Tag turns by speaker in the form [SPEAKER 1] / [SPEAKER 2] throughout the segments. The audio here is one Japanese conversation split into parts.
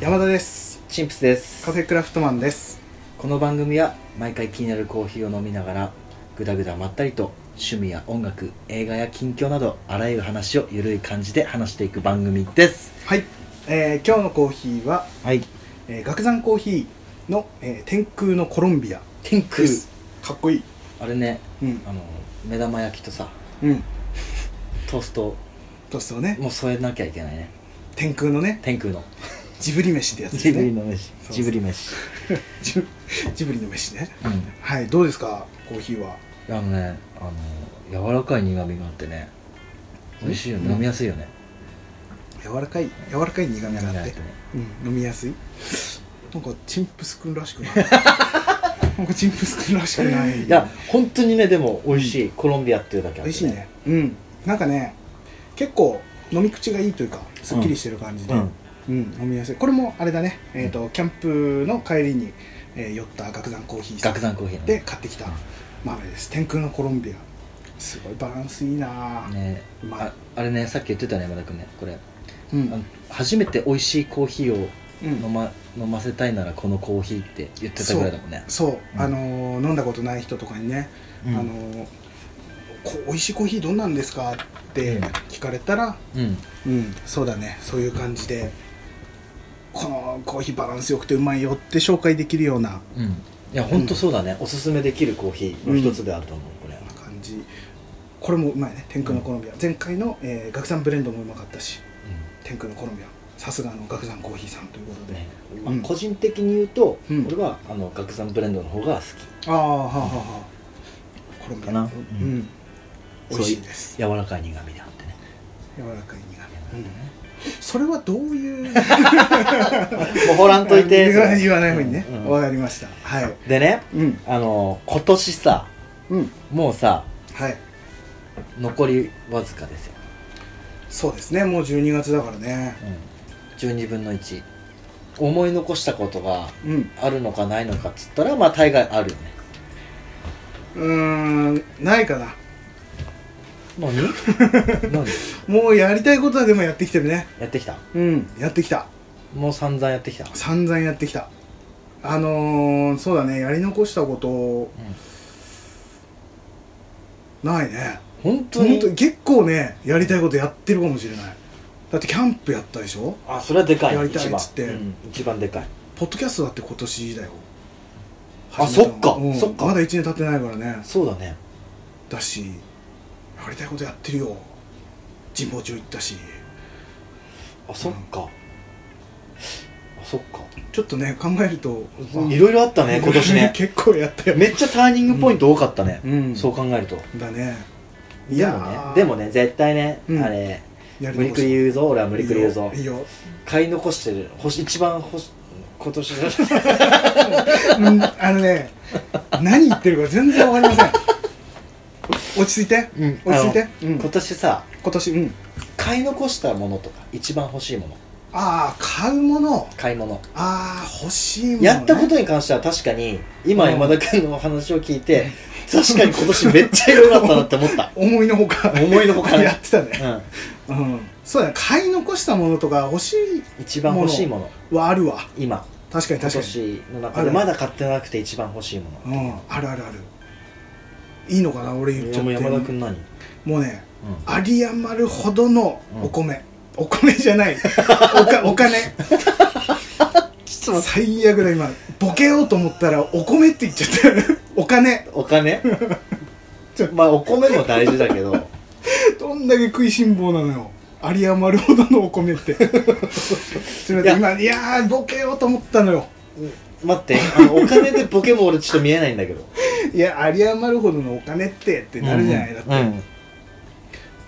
[SPEAKER 1] 山田です
[SPEAKER 2] チンプスです
[SPEAKER 1] カフェクラフトマンです
[SPEAKER 2] この番組は毎回気になるコーヒーを飲みながらぐだぐだまったりと趣味や音楽映画や近況などあらゆる話をゆるい感じで話していく番組です
[SPEAKER 1] はい、えー今日のコーヒーは、
[SPEAKER 2] はい
[SPEAKER 1] えー、岳山コーヒーの、えー天空のコロンビア
[SPEAKER 2] 天空
[SPEAKER 1] ですかっこいい
[SPEAKER 2] あれね
[SPEAKER 1] うん
[SPEAKER 2] あの目玉焼きとさ
[SPEAKER 1] うん
[SPEAKER 2] トースト
[SPEAKER 1] トーストをね
[SPEAKER 2] もう添えなきゃいけないね
[SPEAKER 1] 天空のね
[SPEAKER 2] 天空の
[SPEAKER 1] ジブリ飯ってやつですね
[SPEAKER 2] の飯
[SPEAKER 1] そう
[SPEAKER 2] ジブリ飯
[SPEAKER 1] ジブジブリの飯ね
[SPEAKER 2] うん
[SPEAKER 1] はいどうですかコーヒーは
[SPEAKER 2] あのねあの柔らかい苦味があってね美味しいよね
[SPEAKER 1] うん
[SPEAKER 2] 飲みやすいよね
[SPEAKER 1] 柔らかい柔らかい苦味があって
[SPEAKER 2] ね、
[SPEAKER 1] うん、飲みやすいなんかチンプスくんらしく ないなんかチンプスくんらしくない
[SPEAKER 2] いや本当にねでも美味しい、コロンビアっていうだけあっ
[SPEAKER 1] 美
[SPEAKER 2] て、
[SPEAKER 1] 味しいねうんなんかね結構飲み口がいいというかすっきりしてる感じで、
[SPEAKER 2] う
[SPEAKER 1] うん
[SPEAKER 2] ん
[SPEAKER 1] 飲みやすいこれもあれだね、えー、とキャンプの帰りに、えー寄った岳山コーヒーさん
[SPEAKER 2] 岳山コーヒーの
[SPEAKER 1] で買ってきた豆です天空のコロンビアすごいバランスいいな、
[SPEAKER 2] ね
[SPEAKER 1] うまい
[SPEAKER 2] ああれねさっき言ってたね山田君ねこれ、
[SPEAKER 1] うん
[SPEAKER 2] あの初めて美味しいコーヒーを
[SPEAKER 1] うん
[SPEAKER 2] 飲ま,、飲ませたいならこのコーヒーって言ってたぐらいだもんね
[SPEAKER 1] そう、
[SPEAKER 2] うん
[SPEAKER 1] あのー飲んだことない人とかにね、
[SPEAKER 2] うん
[SPEAKER 1] あのーこ美味しいコーヒーどんなんですかって聞かれたら、
[SPEAKER 2] うん
[SPEAKER 1] うん、そうだねそういう感じでこのコーヒーバランスよくてうまいよって紹介できるような
[SPEAKER 2] うんいや本当そうだね、おすすめできるコーヒーの一つであると思う、これ
[SPEAKER 1] 感じこれもうまいね天空のコロンビア、前回の、えー、岳山ブレンドもうまかったし天空のコロンビアさすがの岳山コーヒーさんということで、
[SPEAKER 2] ね
[SPEAKER 1] う
[SPEAKER 2] まあ
[SPEAKER 1] ん
[SPEAKER 2] 個人的に言うと、
[SPEAKER 1] うん
[SPEAKER 2] 俺はあの岳山ブレンドの方が好き
[SPEAKER 1] ああはあはあはあコロンビア
[SPEAKER 2] かな
[SPEAKER 1] うん、
[SPEAKER 2] うん
[SPEAKER 1] 美味しいです
[SPEAKER 2] 柔らかい苦味であってね
[SPEAKER 1] 柔らかい苦味、うん、それはどう いう
[SPEAKER 2] もうほらんといて
[SPEAKER 1] 言わ言わないふうにね
[SPEAKER 2] うんうん
[SPEAKER 1] わ、かりましたはい
[SPEAKER 2] でね
[SPEAKER 1] うん
[SPEAKER 2] あの今年さ
[SPEAKER 1] うん
[SPEAKER 2] もうさ
[SPEAKER 1] はい
[SPEAKER 2] 残りわずかですよ、
[SPEAKER 1] そうですねもう12月だからね
[SPEAKER 2] 12分の1思い残したことが
[SPEAKER 1] うん
[SPEAKER 2] あるのかないのかっつったらまあ大概あるよね
[SPEAKER 1] うーんないかな
[SPEAKER 2] 何 何
[SPEAKER 1] もうやりたいことはでもやってきてるね
[SPEAKER 2] やってきた
[SPEAKER 1] うんやってきた
[SPEAKER 2] もう散々やってきた、
[SPEAKER 1] 散々やってきたあのー、そうだねやり残したことないね
[SPEAKER 2] 本当
[SPEAKER 1] 本
[SPEAKER 2] に
[SPEAKER 1] 当に結構ねやりたいことやってるかもしれないだってキャンプやったでしょ
[SPEAKER 2] あそれはでかい
[SPEAKER 1] やりたい
[SPEAKER 2] 一番
[SPEAKER 1] っつって
[SPEAKER 2] うん一番でかい
[SPEAKER 1] ポッドキャストだって今年だよ
[SPEAKER 2] あ
[SPEAKER 1] 始めたの
[SPEAKER 2] そっか
[SPEAKER 1] うん
[SPEAKER 2] そっか
[SPEAKER 1] まだ1年経ってないからね
[SPEAKER 2] そうだね
[SPEAKER 1] だしやりたいことやってるよ神保町行ったし
[SPEAKER 2] あそっか、あそっか
[SPEAKER 1] ちょっとね考えると
[SPEAKER 2] いろいろあったね今年ね
[SPEAKER 1] 結構やったよ
[SPEAKER 2] めっちゃターニングポイント多かったね、
[SPEAKER 1] うん
[SPEAKER 2] そう考えると
[SPEAKER 1] だねい
[SPEAKER 2] でもねでもね絶対ね、
[SPEAKER 1] うん
[SPEAKER 2] あれ
[SPEAKER 1] やり
[SPEAKER 2] 無理
[SPEAKER 1] 残
[SPEAKER 2] くり
[SPEAKER 1] し
[SPEAKER 2] 言うぞ俺は無理くり言うぞ
[SPEAKER 1] いいよ
[SPEAKER 2] 買い残してる欲し一番欲し今年
[SPEAKER 1] うんあのね 何言ってるか全然わかりません落ち着いて、
[SPEAKER 2] うん
[SPEAKER 1] 落ち着いて、うん
[SPEAKER 2] 今年さ
[SPEAKER 1] 今年うん
[SPEAKER 2] 買い残したものとか一番欲しいもの
[SPEAKER 1] ああ買うもの
[SPEAKER 2] 買い物
[SPEAKER 1] ああ欲しいもの、ね、
[SPEAKER 2] やったことに関しては確かに今
[SPEAKER 1] うん
[SPEAKER 2] 山田君のお話を聞いて確かに今年めっちゃいろいろあったなって 思った
[SPEAKER 1] 思いのほか
[SPEAKER 2] 思いのほかね
[SPEAKER 1] やってたね、
[SPEAKER 2] う
[SPEAKER 1] うん、そうだね買い残したものとか欲し
[SPEAKER 2] ん一番欲しいもの
[SPEAKER 1] いはあるわ
[SPEAKER 2] 今
[SPEAKER 1] 確かに
[SPEAKER 2] 今
[SPEAKER 1] 確かに
[SPEAKER 2] 年の
[SPEAKER 1] あ
[SPEAKER 2] 中
[SPEAKER 1] る
[SPEAKER 2] でまだ買ってなくて一番欲しいもの
[SPEAKER 1] うんあるあるあるいいのかな俺言っちゃって
[SPEAKER 2] 山田君何
[SPEAKER 1] もうね有り余るほどのお米、お米じゃないお かお金
[SPEAKER 2] ち
[SPEAKER 1] 最悪だ今ボケようと思ったらお米って言っちゃったお金
[SPEAKER 2] お金まあお米も大事だけど
[SPEAKER 1] どんだけ食いしん坊なのよ有り余るほどのお米ってすみません今いやーボケようと思ったのよ
[SPEAKER 2] 待ってあのお金でボケも俺ちょっと見えないんだけど
[SPEAKER 1] いや有り余るほどのお金ってってなるじゃない、だって、
[SPEAKER 2] うん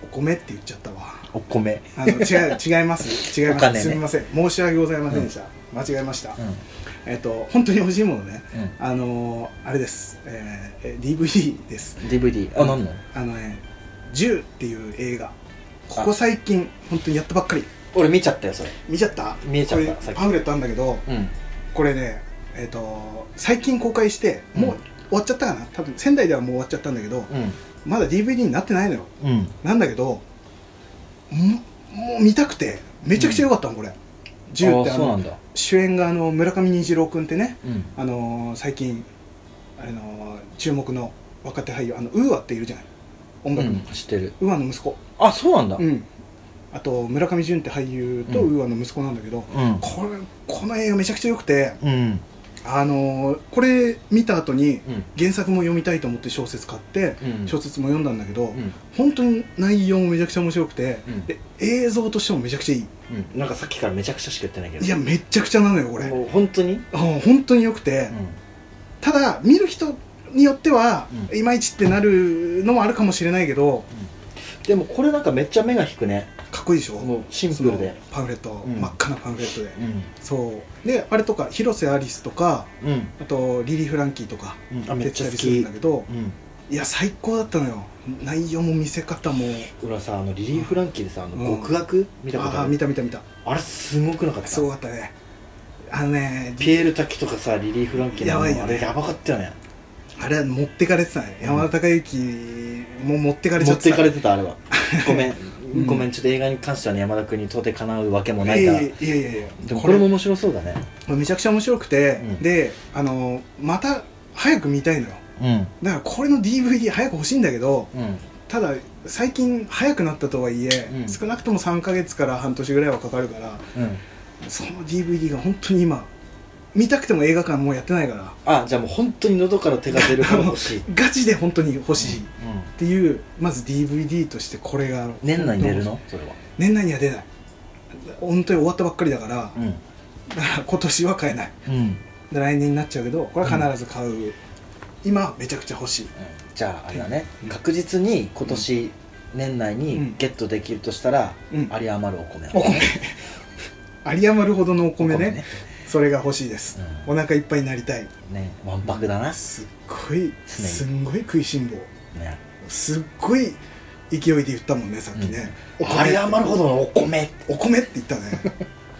[SPEAKER 1] お米って言っちゃったわ
[SPEAKER 2] お米
[SPEAKER 1] あの違う違います違い
[SPEAKER 2] お
[SPEAKER 1] ます、
[SPEAKER 2] 金ね
[SPEAKER 1] すみません申し訳ございませんでした、間違えました、
[SPEAKER 2] う
[SPEAKER 1] えっと本当に欲しいものね
[SPEAKER 2] ん、
[SPEAKER 1] あのー、あれです、えーえー DVD です。
[SPEAKER 2] DVD あなんの
[SPEAKER 1] あのね、銃っていう映画。ここ最近、本当にやったばっかり。
[SPEAKER 2] 俺見ちゃったよそれ
[SPEAKER 1] 見ちゃった
[SPEAKER 2] 見えちゃった
[SPEAKER 1] こ
[SPEAKER 2] さ
[SPEAKER 1] れ
[SPEAKER 2] っき
[SPEAKER 1] パンフレットあんだけど、
[SPEAKER 2] うん
[SPEAKER 1] これね、えっ、と、最近公開して、
[SPEAKER 2] うん
[SPEAKER 1] もう終わっちゃったかな。多分仙台ではもう終わっちゃったんだけど、まだ DVD になってないのよ。
[SPEAKER 2] うんうん
[SPEAKER 1] なんだけど、んもう見たくて、めちゃくちゃ良かったの、これ。銃ってあ
[SPEAKER 2] そうな
[SPEAKER 1] の、
[SPEAKER 2] んだ
[SPEAKER 1] 主演があの村上虹郎君ってね、
[SPEAKER 2] うん
[SPEAKER 1] あのー最近あれの注目の若手俳優あのウーアっているじゃない音楽の、
[SPEAKER 2] うん知ってる
[SPEAKER 1] ウーアの息子
[SPEAKER 2] あそうなんだ
[SPEAKER 1] う
[SPEAKER 2] うん
[SPEAKER 1] んあと村上純って俳優と
[SPEAKER 2] うん
[SPEAKER 1] ウーアの息子なんだけど、
[SPEAKER 2] うん
[SPEAKER 1] これこの映画めちゃくちゃ良くて
[SPEAKER 2] うん
[SPEAKER 1] あのーこれ見た後に
[SPEAKER 2] うん
[SPEAKER 1] 原作も読みたいと思って小説買って小説も読んだんだけど、
[SPEAKER 2] うん
[SPEAKER 1] 本当に内容もめちゃくちゃ面白くて、
[SPEAKER 2] うん
[SPEAKER 1] で映像としてもめちゃくちゃいい
[SPEAKER 2] うんなんかさっきからめちゃくちゃしか言ってないけど
[SPEAKER 1] いやめっちゃくちゃなのよこれ、
[SPEAKER 2] もう本当に
[SPEAKER 1] あ本当に良くて、ただ見る人によっては、
[SPEAKER 2] うん
[SPEAKER 1] いまいちってなるのもあるかもしれないけど
[SPEAKER 2] でもこれなんかめっちゃ目が引くね
[SPEAKER 1] かっこいいでしょ
[SPEAKER 2] もうシンプルで
[SPEAKER 1] そのパンフレット、
[SPEAKER 2] ん
[SPEAKER 1] 真っ赤なパンフレットで
[SPEAKER 2] うん
[SPEAKER 1] そうであれとか広瀬アリスとか
[SPEAKER 2] うん
[SPEAKER 1] あとリリー・フランキーとか
[SPEAKER 2] うんあめ
[SPEAKER 1] 出
[SPEAKER 2] っち
[SPEAKER 1] て
[SPEAKER 2] ゃ
[SPEAKER 1] た
[SPEAKER 2] 好
[SPEAKER 1] りするん
[SPEAKER 2] き
[SPEAKER 1] だけど
[SPEAKER 2] うん
[SPEAKER 1] いや最高だったのよ内容も見せ方も
[SPEAKER 2] 俺はさあのリリー・フランキーでさあの
[SPEAKER 1] うん
[SPEAKER 2] 極悪見たこと
[SPEAKER 1] あ
[SPEAKER 2] あ
[SPEAKER 1] あ見
[SPEAKER 2] る
[SPEAKER 1] た見た見た
[SPEAKER 2] あれすごくなかった
[SPEAKER 1] すごかったねあのね
[SPEAKER 2] ピエール滝とかさリリー・フランキーの
[SPEAKER 1] やばいよね
[SPEAKER 2] あれやばかったよね
[SPEAKER 1] あれは持ってかれてたね、
[SPEAKER 2] うん
[SPEAKER 1] 山田孝之も持ってかれち
[SPEAKER 2] 持
[SPEAKER 1] ゃ
[SPEAKER 2] っ
[SPEAKER 1] って
[SPEAKER 2] てい
[SPEAKER 1] た
[SPEAKER 2] かれてたあ れはごめん、
[SPEAKER 1] ん
[SPEAKER 2] ごめんちょっと映画に関してはね山田君に到底かなうわけもないから、
[SPEAKER 1] いやいやいやいや
[SPEAKER 2] でもこれも面白そうだね
[SPEAKER 1] めちゃくちゃ面白くて、
[SPEAKER 2] うん
[SPEAKER 1] であのまた早く見たいのよ
[SPEAKER 2] う
[SPEAKER 1] だからこれの DVD 早く欲しいんだけど
[SPEAKER 2] んうん
[SPEAKER 1] ただ最近早くなったとはいえ、
[SPEAKER 2] うん
[SPEAKER 1] 少なくとも3ヶ月から半年ぐらいはかかるから
[SPEAKER 2] うん
[SPEAKER 1] その DVD が本当に今見たくても映画館もうやってないから
[SPEAKER 2] あじゃあもう本当に喉から手が出るから 欲しい
[SPEAKER 1] ガチで本当に欲
[SPEAKER 2] 欲
[SPEAKER 1] しいっていう、まず DVD としてこれが
[SPEAKER 2] 年内に出るのそれは
[SPEAKER 1] 年内には出ない本当に終わったばっかりだから
[SPEAKER 2] うん
[SPEAKER 1] だから今年は買えない
[SPEAKER 2] うん
[SPEAKER 1] で来年になっちゃうけどこれは必ず買う、今めちゃくちゃ欲しい
[SPEAKER 2] じゃああれだね、
[SPEAKER 1] うん
[SPEAKER 2] 確実に今年年内
[SPEAKER 1] う
[SPEAKER 2] に
[SPEAKER 1] ん
[SPEAKER 2] ゲットできるとしたら、
[SPEAKER 1] うん
[SPEAKER 2] 有り余るお米
[SPEAKER 1] お米 有り余るほどのお
[SPEAKER 2] お
[SPEAKER 1] 米ねそれが欲しいです、
[SPEAKER 2] うん
[SPEAKER 1] お腹いっぱいになりたい
[SPEAKER 2] ねわんぱくだな、
[SPEAKER 1] すっごい
[SPEAKER 2] 常に
[SPEAKER 1] すんごい食いしん坊
[SPEAKER 2] ね
[SPEAKER 1] すっごい勢いで言ったもんねさっきね、
[SPEAKER 2] 有
[SPEAKER 1] お米
[SPEAKER 2] り余るほどのお米って
[SPEAKER 1] お米って言ったね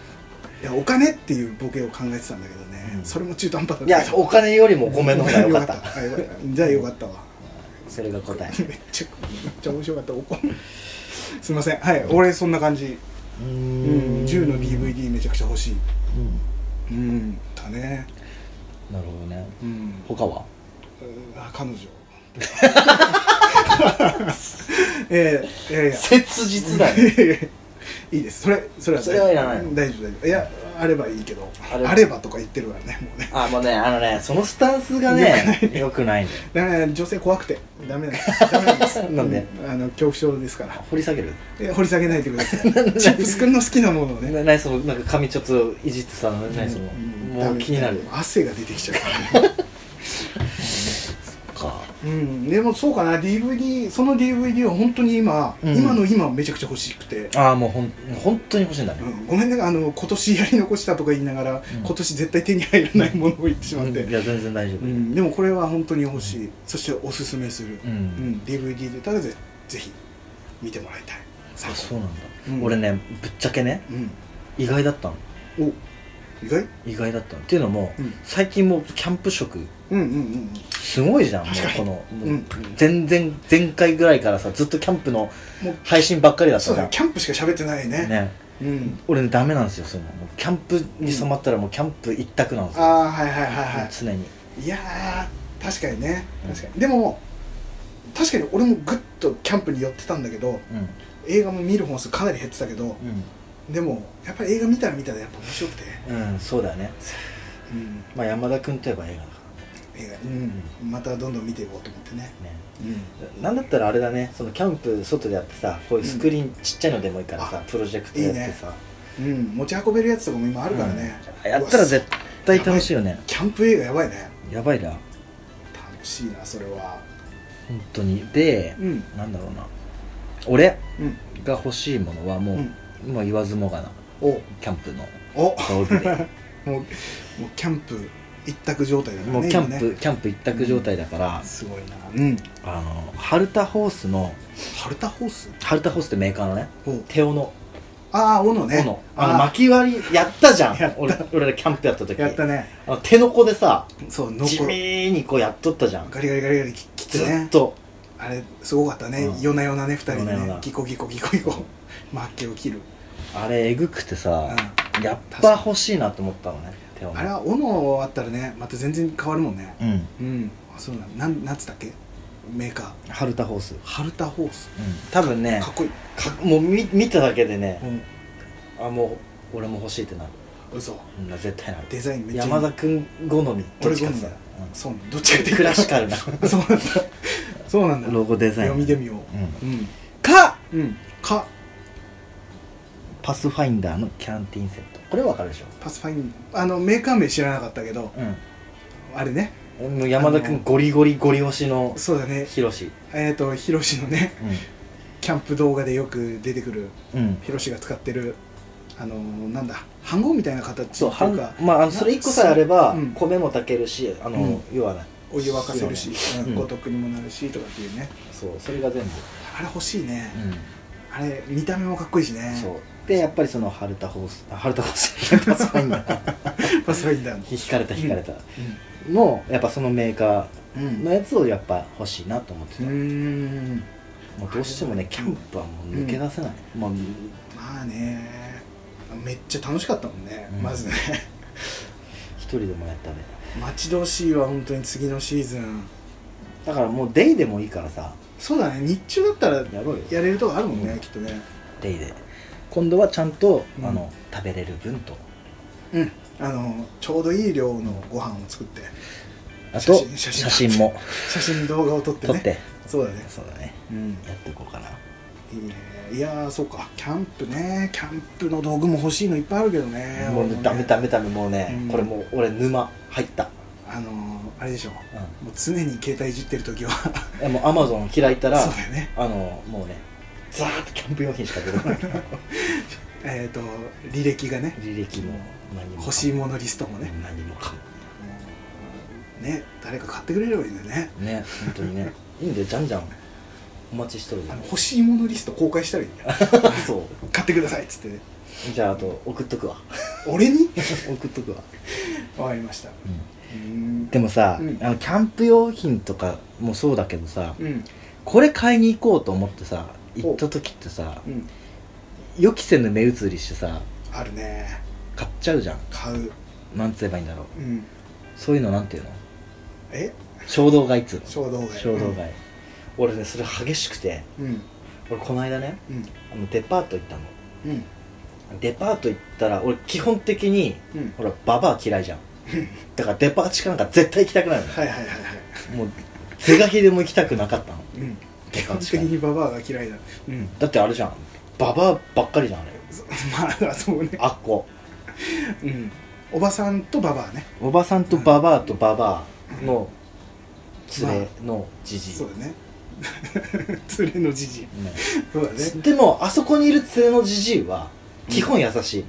[SPEAKER 1] いやお金っていうボケを考えてたんだけどね、
[SPEAKER 2] うん
[SPEAKER 1] それも中途半端だ
[SPEAKER 2] いやお金よりもお米の方が良かった
[SPEAKER 1] あよかったじゃあよかったわ
[SPEAKER 2] それが答え
[SPEAKER 1] めっちゃめっちゃ面白かったお米すいませんはい俺そんな感じ
[SPEAKER 2] う
[SPEAKER 1] うん
[SPEAKER 2] ん
[SPEAKER 1] 10の DVD めちゃくちゃ欲しいうんだね
[SPEAKER 2] なるほどね
[SPEAKER 1] うん
[SPEAKER 2] 他は
[SPEAKER 1] うんあ彼女 えー、いやいや
[SPEAKER 2] 切実 だね
[SPEAKER 1] いいですそれそれは大丈夫
[SPEAKER 2] それはいらないの
[SPEAKER 1] 大丈夫大丈夫いやあればいいけど
[SPEAKER 2] あ
[SPEAKER 1] あ
[SPEAKER 2] れ
[SPEAKER 1] れ
[SPEAKER 2] ば
[SPEAKER 1] ばとか言ってるからねもうね
[SPEAKER 2] あもうねあのねそのスタンスがね良くないんだよ
[SPEAKER 1] だから女性怖くてダメなんですダメなんです
[SPEAKER 2] なんで
[SPEAKER 1] うんあの恐怖症ですから
[SPEAKER 2] 掘り下げる
[SPEAKER 1] え掘り下げないでください チップス君の好きなものをね
[SPEAKER 2] な何そのなんか髪ちょっといじってさ何その
[SPEAKER 1] うん
[SPEAKER 2] もう気になる
[SPEAKER 1] 汗が出てきちゃうからね
[SPEAKER 2] か
[SPEAKER 1] うんでもそうかな DVD その DVD は本当に今、
[SPEAKER 2] うん
[SPEAKER 1] 今の今めちゃくちゃ欲しくて、
[SPEAKER 2] ああもうほん本当に欲しいんだ
[SPEAKER 1] う
[SPEAKER 2] ね
[SPEAKER 1] ん、ごめんねあの今年やり残したとか言いながら、
[SPEAKER 2] うん
[SPEAKER 1] 今年絶対手に入らないものを言ってしまっ
[SPEAKER 2] うん
[SPEAKER 1] て、
[SPEAKER 2] いや全然大丈夫
[SPEAKER 1] う
[SPEAKER 2] うん
[SPEAKER 1] ん、でもこれは本当に欲しいそしておすすめする、
[SPEAKER 2] う
[SPEAKER 1] うん
[SPEAKER 2] ん
[SPEAKER 1] DVD 出たらぜぜひ見てもらいたい最
[SPEAKER 2] あ
[SPEAKER 1] 高
[SPEAKER 2] そうなんだ
[SPEAKER 1] うん
[SPEAKER 2] 俺ねぶっちゃけね
[SPEAKER 1] うん
[SPEAKER 2] 意外だったの
[SPEAKER 1] お意外
[SPEAKER 2] 意外だったのっていうのも
[SPEAKER 1] うん
[SPEAKER 2] 最近もうキャンプ食
[SPEAKER 1] うんうんうん
[SPEAKER 2] すごいじゃんもう
[SPEAKER 1] 確かに
[SPEAKER 2] このも
[SPEAKER 1] う
[SPEAKER 2] うん全然前回ぐらいからさずっとキャンプの
[SPEAKER 1] もう
[SPEAKER 2] 配信ばっかりだった
[SPEAKER 1] そう
[SPEAKER 2] の
[SPEAKER 1] だよキャンプしか喋ってないね
[SPEAKER 2] ね
[SPEAKER 1] うん
[SPEAKER 2] 俺ねダメなんですよそういうのもうキャンプに染まったらもうキャンプ一択なんです
[SPEAKER 1] あ
[SPEAKER 2] よ
[SPEAKER 1] あはいはいはいは
[SPEAKER 2] 常に
[SPEAKER 1] いいやー確かにね
[SPEAKER 2] うん
[SPEAKER 1] 確かにでも確かに俺もグッとキャンプに寄ってたんだけど
[SPEAKER 2] うん
[SPEAKER 1] 映画も見る本数かなり減ってたけど
[SPEAKER 2] う
[SPEAKER 1] でもやっぱり映画見たら見たらやっぱ面白くて
[SPEAKER 2] ん、うん、そうだね
[SPEAKER 1] うん
[SPEAKER 2] まあ山田君といえば映画だか
[SPEAKER 1] 映画うんまたどんどん見ていこうと思ってね
[SPEAKER 2] らね
[SPEAKER 1] うん
[SPEAKER 2] なんだったらあれだねそのキャンプ外でやってさこういうスクリーン、ちっちゃいのでもいいからさ
[SPEAKER 1] あ
[SPEAKER 2] プロジェクトやってさ
[SPEAKER 1] うん、持ち運べるやつとかも今あるからね、
[SPEAKER 2] うんやったら絶対楽しいよね
[SPEAKER 1] キャンプ映画やばいね
[SPEAKER 2] やばいな
[SPEAKER 1] 楽しいなそれは
[SPEAKER 2] 本当にで
[SPEAKER 1] う、ん
[SPEAKER 2] なんだろうな俺
[SPEAKER 1] うん
[SPEAKER 2] が欲しいものはもう、もう言わずもがな
[SPEAKER 1] お
[SPEAKER 2] キャンプの
[SPEAKER 1] お
[SPEAKER 2] 道 具で
[SPEAKER 1] もうもうキャンプ一択状態だからね
[SPEAKER 2] もうキャン
[SPEAKER 1] 今
[SPEAKER 2] プ、
[SPEAKER 1] ね
[SPEAKER 2] キャンプ一択状態だから、
[SPEAKER 1] すごいなうん
[SPEAKER 2] あのハルタホースの
[SPEAKER 1] ハルタホース
[SPEAKER 2] ハルタホースってメーカーのね
[SPEAKER 1] お
[SPEAKER 2] 手斧の
[SPEAKER 1] ああ斧ね
[SPEAKER 2] 斧あ
[SPEAKER 1] あ
[SPEAKER 2] の
[SPEAKER 1] あ
[SPEAKER 2] 巻き割りやったじゃ
[SPEAKER 1] や
[SPEAKER 2] ん
[SPEAKER 1] った
[SPEAKER 2] 俺俺らキャンプやった時
[SPEAKER 1] やったね
[SPEAKER 2] あの手のこでさ
[SPEAKER 1] そうノ
[SPEAKER 2] 地
[SPEAKER 1] コ
[SPEAKER 2] 味にこうやっとったじゃん
[SPEAKER 1] ガリガリガリガリきき
[SPEAKER 2] ず
[SPEAKER 1] つ
[SPEAKER 2] っ
[SPEAKER 1] ね
[SPEAKER 2] と
[SPEAKER 1] あれすごかったね、
[SPEAKER 2] うん
[SPEAKER 1] 夜な夜なね二人で
[SPEAKER 2] 夜な夜な
[SPEAKER 1] ねギコギコギコギコマッケを切る
[SPEAKER 2] あれえぐくて
[SPEAKER 1] う
[SPEAKER 2] さ
[SPEAKER 1] ん
[SPEAKER 2] やっぱ欲しいなと思ったのね手を
[SPEAKER 1] あれは斧あったらねまた全然変わるもんね
[SPEAKER 2] うん
[SPEAKER 1] うんあそうなんなんなんつったっけメーカー
[SPEAKER 2] ハルタホース、うん、
[SPEAKER 1] ハルタホース
[SPEAKER 2] 多分ね
[SPEAKER 1] かっこいい、
[SPEAKER 2] かもう見見ただけでね
[SPEAKER 1] うん、
[SPEAKER 2] あもう俺も欲しいってなる
[SPEAKER 1] 嘘
[SPEAKER 2] うん絶対なる
[SPEAKER 1] デザインめっちゃいい
[SPEAKER 2] 山田君好みどっ
[SPEAKER 1] 俺
[SPEAKER 2] ち
[SPEAKER 1] 好
[SPEAKER 2] かっ
[SPEAKER 1] み
[SPEAKER 2] て
[SPEAKER 1] だ
[SPEAKER 2] 言った
[SPEAKER 1] そうどっちかって
[SPEAKER 2] らうんクラシカルな
[SPEAKER 1] そうなんだそうなんだ
[SPEAKER 2] ロゴデザイン
[SPEAKER 1] 読みでみよ
[SPEAKER 2] う
[SPEAKER 1] ううん
[SPEAKER 2] んか
[SPEAKER 1] うんか
[SPEAKER 2] パスファインダーのキャンティンセットこれわかるでしょ
[SPEAKER 1] パスファインあのメーカー名知らなかったけど
[SPEAKER 2] う
[SPEAKER 1] あれね
[SPEAKER 2] んもう山田
[SPEAKER 1] あ
[SPEAKER 2] 君
[SPEAKER 1] の
[SPEAKER 2] ゴリゴリゴリ推しの
[SPEAKER 1] そうだね
[SPEAKER 2] ヒロシ
[SPEAKER 1] えっ、とヒロシのねキャンプ動画でよく出てくる
[SPEAKER 2] うん、うん、
[SPEAKER 1] ヒロシが使ってるあのーなんだ飯盒みたいな形ってい
[SPEAKER 2] そう
[SPEAKER 1] う
[SPEAKER 2] はん
[SPEAKER 1] か
[SPEAKER 2] まああのそれ一個さえあれば、
[SPEAKER 1] うん
[SPEAKER 2] 米も炊けるしあの、
[SPEAKER 1] うん
[SPEAKER 2] 要はね
[SPEAKER 1] お湯沸かせるし
[SPEAKER 2] う
[SPEAKER 1] う
[SPEAKER 2] ね
[SPEAKER 1] んごとくにもなるしとかっていうね
[SPEAKER 2] そうそれが全部、
[SPEAKER 1] あれ欲しいねあれ見た目もかっこいいしね
[SPEAKER 2] そうでやっぱりそのハルタホースあハルタホース パスファインダ ー
[SPEAKER 1] パスファインダーの
[SPEAKER 2] 引かれた引かれた、のやっぱそのメーカ
[SPEAKER 1] うん
[SPEAKER 2] ー
[SPEAKER 1] うん
[SPEAKER 2] のやつをやっぱ欲しいなと思って
[SPEAKER 1] う
[SPEAKER 2] た、
[SPEAKER 1] ーん
[SPEAKER 2] もうどうしてもねキャンプはもう抜け出せない、もう
[SPEAKER 1] まあねめっちゃ楽しかったもんね、
[SPEAKER 2] うん
[SPEAKER 1] まずね
[SPEAKER 2] 一人でもやったで
[SPEAKER 1] 待ち遠しいわ本当に次のシーズン
[SPEAKER 2] だからもうデイでもいいからさ
[SPEAKER 1] そうだね日中だったら
[SPEAKER 2] やろうよ
[SPEAKER 1] やれるとこあるもんね、
[SPEAKER 2] うん
[SPEAKER 1] きっとね
[SPEAKER 2] デイで今度はちゃんと、
[SPEAKER 1] うん
[SPEAKER 2] あの食べれる分と
[SPEAKER 1] うんあのちょうどいい量のご飯を作って
[SPEAKER 2] あと
[SPEAKER 1] 写
[SPEAKER 2] 写
[SPEAKER 1] 真写
[SPEAKER 2] 真
[SPEAKER 1] 真
[SPEAKER 2] も
[SPEAKER 1] 写真動画を撮って
[SPEAKER 2] 撮
[SPEAKER 1] ね
[SPEAKER 2] って、
[SPEAKER 1] そうだね
[SPEAKER 2] そうだね
[SPEAKER 1] うん
[SPEAKER 2] やっていこうかない
[SPEAKER 1] いねいやーそうかキャンプねキャンプの道具も欲しいのいっぱいあるけどね
[SPEAKER 2] もうね
[SPEAKER 1] 俺ね
[SPEAKER 2] ダメダメダメもうね、
[SPEAKER 1] うん
[SPEAKER 2] これもう俺沼入った、
[SPEAKER 1] あのーあれでしょ
[SPEAKER 2] うん
[SPEAKER 1] もう常に携帯いじってる時は
[SPEAKER 2] えもうアマゾン開いたら
[SPEAKER 1] そうだよね
[SPEAKER 2] あのもうねザーッとキャンプ用品しか出 てこない
[SPEAKER 1] えっ、と履歴がね
[SPEAKER 2] 履歴も何も
[SPEAKER 1] 欲しいものリストもね、
[SPEAKER 2] 何もかも
[SPEAKER 1] ね誰か買ってくれればいいんだよね
[SPEAKER 2] ね本当にねいいんだよじゃんじゃんお待ちしとる
[SPEAKER 1] あ
[SPEAKER 2] よ
[SPEAKER 1] の欲しいものリスト公開したらいいん だよ
[SPEAKER 2] そ
[SPEAKER 1] 買ってくださいっつってね
[SPEAKER 2] うじゃああと送っとくわ
[SPEAKER 1] 俺に
[SPEAKER 2] 送っとくわ、
[SPEAKER 1] わかりましたうーん
[SPEAKER 2] でもさ、
[SPEAKER 1] うん
[SPEAKER 2] あのキャンプ用品とかもそうだけどさ
[SPEAKER 1] うん
[SPEAKER 2] これ買いに行こうと思ってさ
[SPEAKER 1] お
[SPEAKER 2] 行った時ってさ
[SPEAKER 1] うん
[SPEAKER 2] 予期せぬ目移りしてさ
[SPEAKER 1] あるね
[SPEAKER 2] 買っちゃうじゃん
[SPEAKER 1] 買う
[SPEAKER 2] なんつえばいいんだろう
[SPEAKER 1] うん
[SPEAKER 2] そういうのなんていうの
[SPEAKER 1] え
[SPEAKER 2] 衝動買いっつうの
[SPEAKER 1] 衝動買い
[SPEAKER 2] 衝動買い、俺ねそれ激しくて
[SPEAKER 1] うん
[SPEAKER 2] 俺この間ね
[SPEAKER 1] うん
[SPEAKER 2] あのデパート行ったの
[SPEAKER 1] うん
[SPEAKER 2] デパート行ったら俺基本的に
[SPEAKER 1] うん
[SPEAKER 2] ほらババア嫌いじゃんだからデパーチかなんか絶対行きたくない
[SPEAKER 1] はいはいはいはい
[SPEAKER 2] のもう是が非でも行きたくなかったの
[SPEAKER 1] うん
[SPEAKER 2] デ
[SPEAKER 1] 基
[SPEAKER 2] パ
[SPEAKER 1] 本
[SPEAKER 2] ーチ
[SPEAKER 1] 的
[SPEAKER 2] か
[SPEAKER 1] にババアが嫌いだうん
[SPEAKER 2] だってあれじゃんババアばっかりじゃんあれ
[SPEAKER 1] そまあそうね
[SPEAKER 2] あっこ
[SPEAKER 1] うんおばさんとババアね
[SPEAKER 2] おばさんとババアとババアの連れのじじい
[SPEAKER 1] そうだね 連れのじじい
[SPEAKER 2] ね
[SPEAKER 1] そうだね
[SPEAKER 2] でもあそこにいる連れのじじいは基本優しい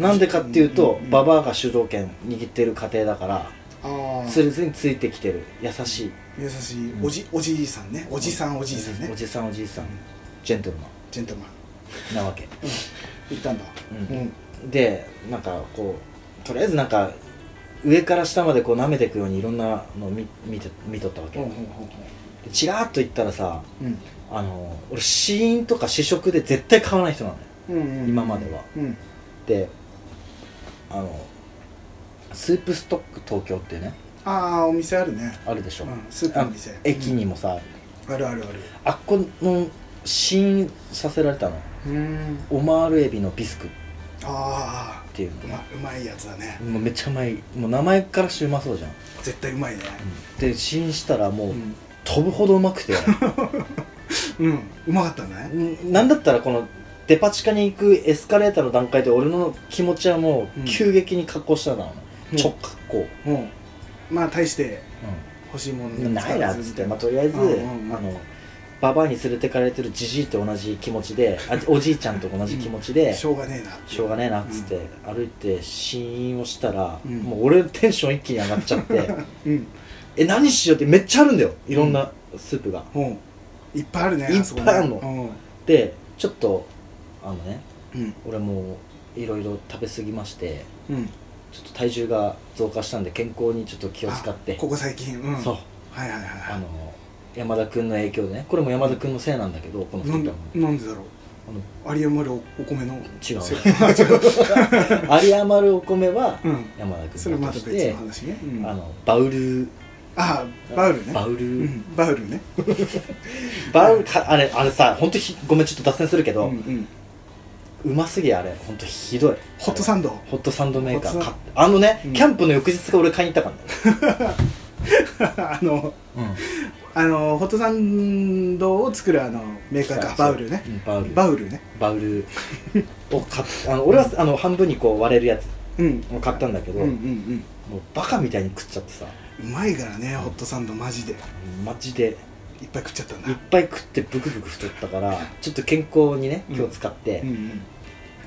[SPEAKER 2] のなんでかっていうと
[SPEAKER 1] うん
[SPEAKER 2] ババアが主導権握ってる家庭だから
[SPEAKER 1] ああ
[SPEAKER 2] 連れずについてきてる優しい
[SPEAKER 1] 優しい
[SPEAKER 2] うん
[SPEAKER 1] おじおじいさんねおじさんおじいさんね
[SPEAKER 2] おじさんおじいさん
[SPEAKER 1] うん
[SPEAKER 2] ジェントルマ
[SPEAKER 1] ジェントルマン
[SPEAKER 2] ンなわけ、
[SPEAKER 1] 行ったんだ
[SPEAKER 2] う
[SPEAKER 1] うんん
[SPEAKER 2] でなんかこうとりあえずなんか上から下までこう舐めていくようにいろんなのを見見て見とったわけ、
[SPEAKER 1] ほうほう
[SPEAKER 2] で
[SPEAKER 1] ほうほ
[SPEAKER 2] チラーっと行ったらさ
[SPEAKER 1] ううん
[SPEAKER 2] あの俺試飲とか試食で絶対買わない人なのよ
[SPEAKER 1] うんうん
[SPEAKER 2] 今までは
[SPEAKER 1] うん
[SPEAKER 2] であのスープストック東京ってね
[SPEAKER 1] ああお店あるね
[SPEAKER 2] あるでしょ、
[SPEAKER 1] うんスープの店
[SPEAKER 2] 駅にもさ、
[SPEAKER 1] うんあるあるある
[SPEAKER 2] あっこの試飲させられたの
[SPEAKER 1] うん
[SPEAKER 2] オマールエビのビスクっ
[SPEAKER 1] ああ
[SPEAKER 2] ていう
[SPEAKER 1] う
[SPEAKER 2] の
[SPEAKER 1] ま
[SPEAKER 2] ね
[SPEAKER 1] うまいやつだね
[SPEAKER 2] もうめっちゃうまいもう名前からしてうまそうじゃん、
[SPEAKER 1] 絶対うまいね
[SPEAKER 2] で試飲したらもう、
[SPEAKER 1] うん
[SPEAKER 2] 飛ぶほどうまくて
[SPEAKER 1] うんうまかったね
[SPEAKER 2] んなんだったらこのデパ地下に行くエスカレーターの段階で俺の気持ちはも
[SPEAKER 1] う
[SPEAKER 2] うん急激に格好したな、
[SPEAKER 1] うん
[SPEAKER 2] 直格好、
[SPEAKER 1] もうまあ大して欲しいも
[SPEAKER 2] う
[SPEAKER 1] の
[SPEAKER 2] ん、ないなっつって、まあ、とりあえず、
[SPEAKER 1] うんうんうん
[SPEAKER 2] あのババアに連れてかれてるじじいと同じ気持ちであおじいちゃんと同じ気持ちで、
[SPEAKER 1] しょうがねえな
[SPEAKER 2] しょうがねえなっつって、歩いて試飲をしたら、
[SPEAKER 1] うん
[SPEAKER 2] もう俺テンション一気に上がっちゃって
[SPEAKER 1] うん
[SPEAKER 2] え何しようってめっちゃあるんだよいろんなスープが、
[SPEAKER 1] もういっぱいあるね
[SPEAKER 2] いっぱい
[SPEAKER 1] そこね
[SPEAKER 2] あるの
[SPEAKER 1] う
[SPEAKER 2] でちょっとあのね
[SPEAKER 1] んうん
[SPEAKER 2] 俺もいろいろ食べ過ぎまして
[SPEAKER 1] うん
[SPEAKER 2] ちょっと体重が増加したんで健康にちょっと気を使っ
[SPEAKER 1] あ
[SPEAKER 2] て
[SPEAKER 1] ここ最近うん
[SPEAKER 2] そう
[SPEAKER 1] はいはいはい
[SPEAKER 2] あ
[SPEAKER 1] は
[SPEAKER 2] の山田君の影響でねこれも山田君のせいなんだけどこの
[SPEAKER 1] い飲
[SPEAKER 2] 太
[SPEAKER 1] ん
[SPEAKER 2] った
[SPEAKER 1] で
[SPEAKER 2] も
[SPEAKER 1] 飲んでだろうあり余るおお米の
[SPEAKER 2] 違う
[SPEAKER 1] せ
[SPEAKER 2] あ り余るお米は
[SPEAKER 1] うん
[SPEAKER 2] 山田
[SPEAKER 1] それ
[SPEAKER 2] 君
[SPEAKER 1] ま
[SPEAKER 2] だ
[SPEAKER 1] た
[SPEAKER 2] とし
[SPEAKER 1] 別
[SPEAKER 2] て
[SPEAKER 1] の話ね、うん、
[SPEAKER 2] あ
[SPEAKER 1] あ
[SPEAKER 2] のバウル
[SPEAKER 1] あバウルね
[SPEAKER 2] バウ
[SPEAKER 1] う
[SPEAKER 2] ル
[SPEAKER 1] んバウルね
[SPEAKER 2] バウルかあれあれさ本当ひごめんちょっと脱線するけ
[SPEAKER 1] うん
[SPEAKER 2] ど
[SPEAKER 1] うん
[SPEAKER 2] うますぎあれ本当ひどい
[SPEAKER 1] ホットサン ド
[SPEAKER 2] ホットサンドメーカ
[SPEAKER 1] ホ
[SPEAKER 2] ー
[SPEAKER 1] ットサ
[SPEAKER 2] 買
[SPEAKER 1] ン
[SPEAKER 2] ってあのね
[SPEAKER 1] うん
[SPEAKER 2] キャンプの翌日が俺買いに行ったからね
[SPEAKER 1] あのあのホットサンドを作るあの メーカーかバウルね
[SPEAKER 2] うんバウル
[SPEAKER 1] バウルね
[SPEAKER 2] バウルを買っあの俺はあの半分にこう割れるやつ
[SPEAKER 1] うん
[SPEAKER 2] を買ったんだけ
[SPEAKER 1] う
[SPEAKER 2] ど
[SPEAKER 1] んうんう
[SPEAKER 2] もうんバカみたいに食っちゃってさ
[SPEAKER 1] うまいからねホットサンドマジでいっ
[SPEAKER 2] マジで
[SPEAKER 1] ぱい食っちゃったんだ
[SPEAKER 2] いっぱい食ってブクブク太ったからちょっと健康にね
[SPEAKER 1] うん
[SPEAKER 2] 気を使って、
[SPEAKER 1] うんうん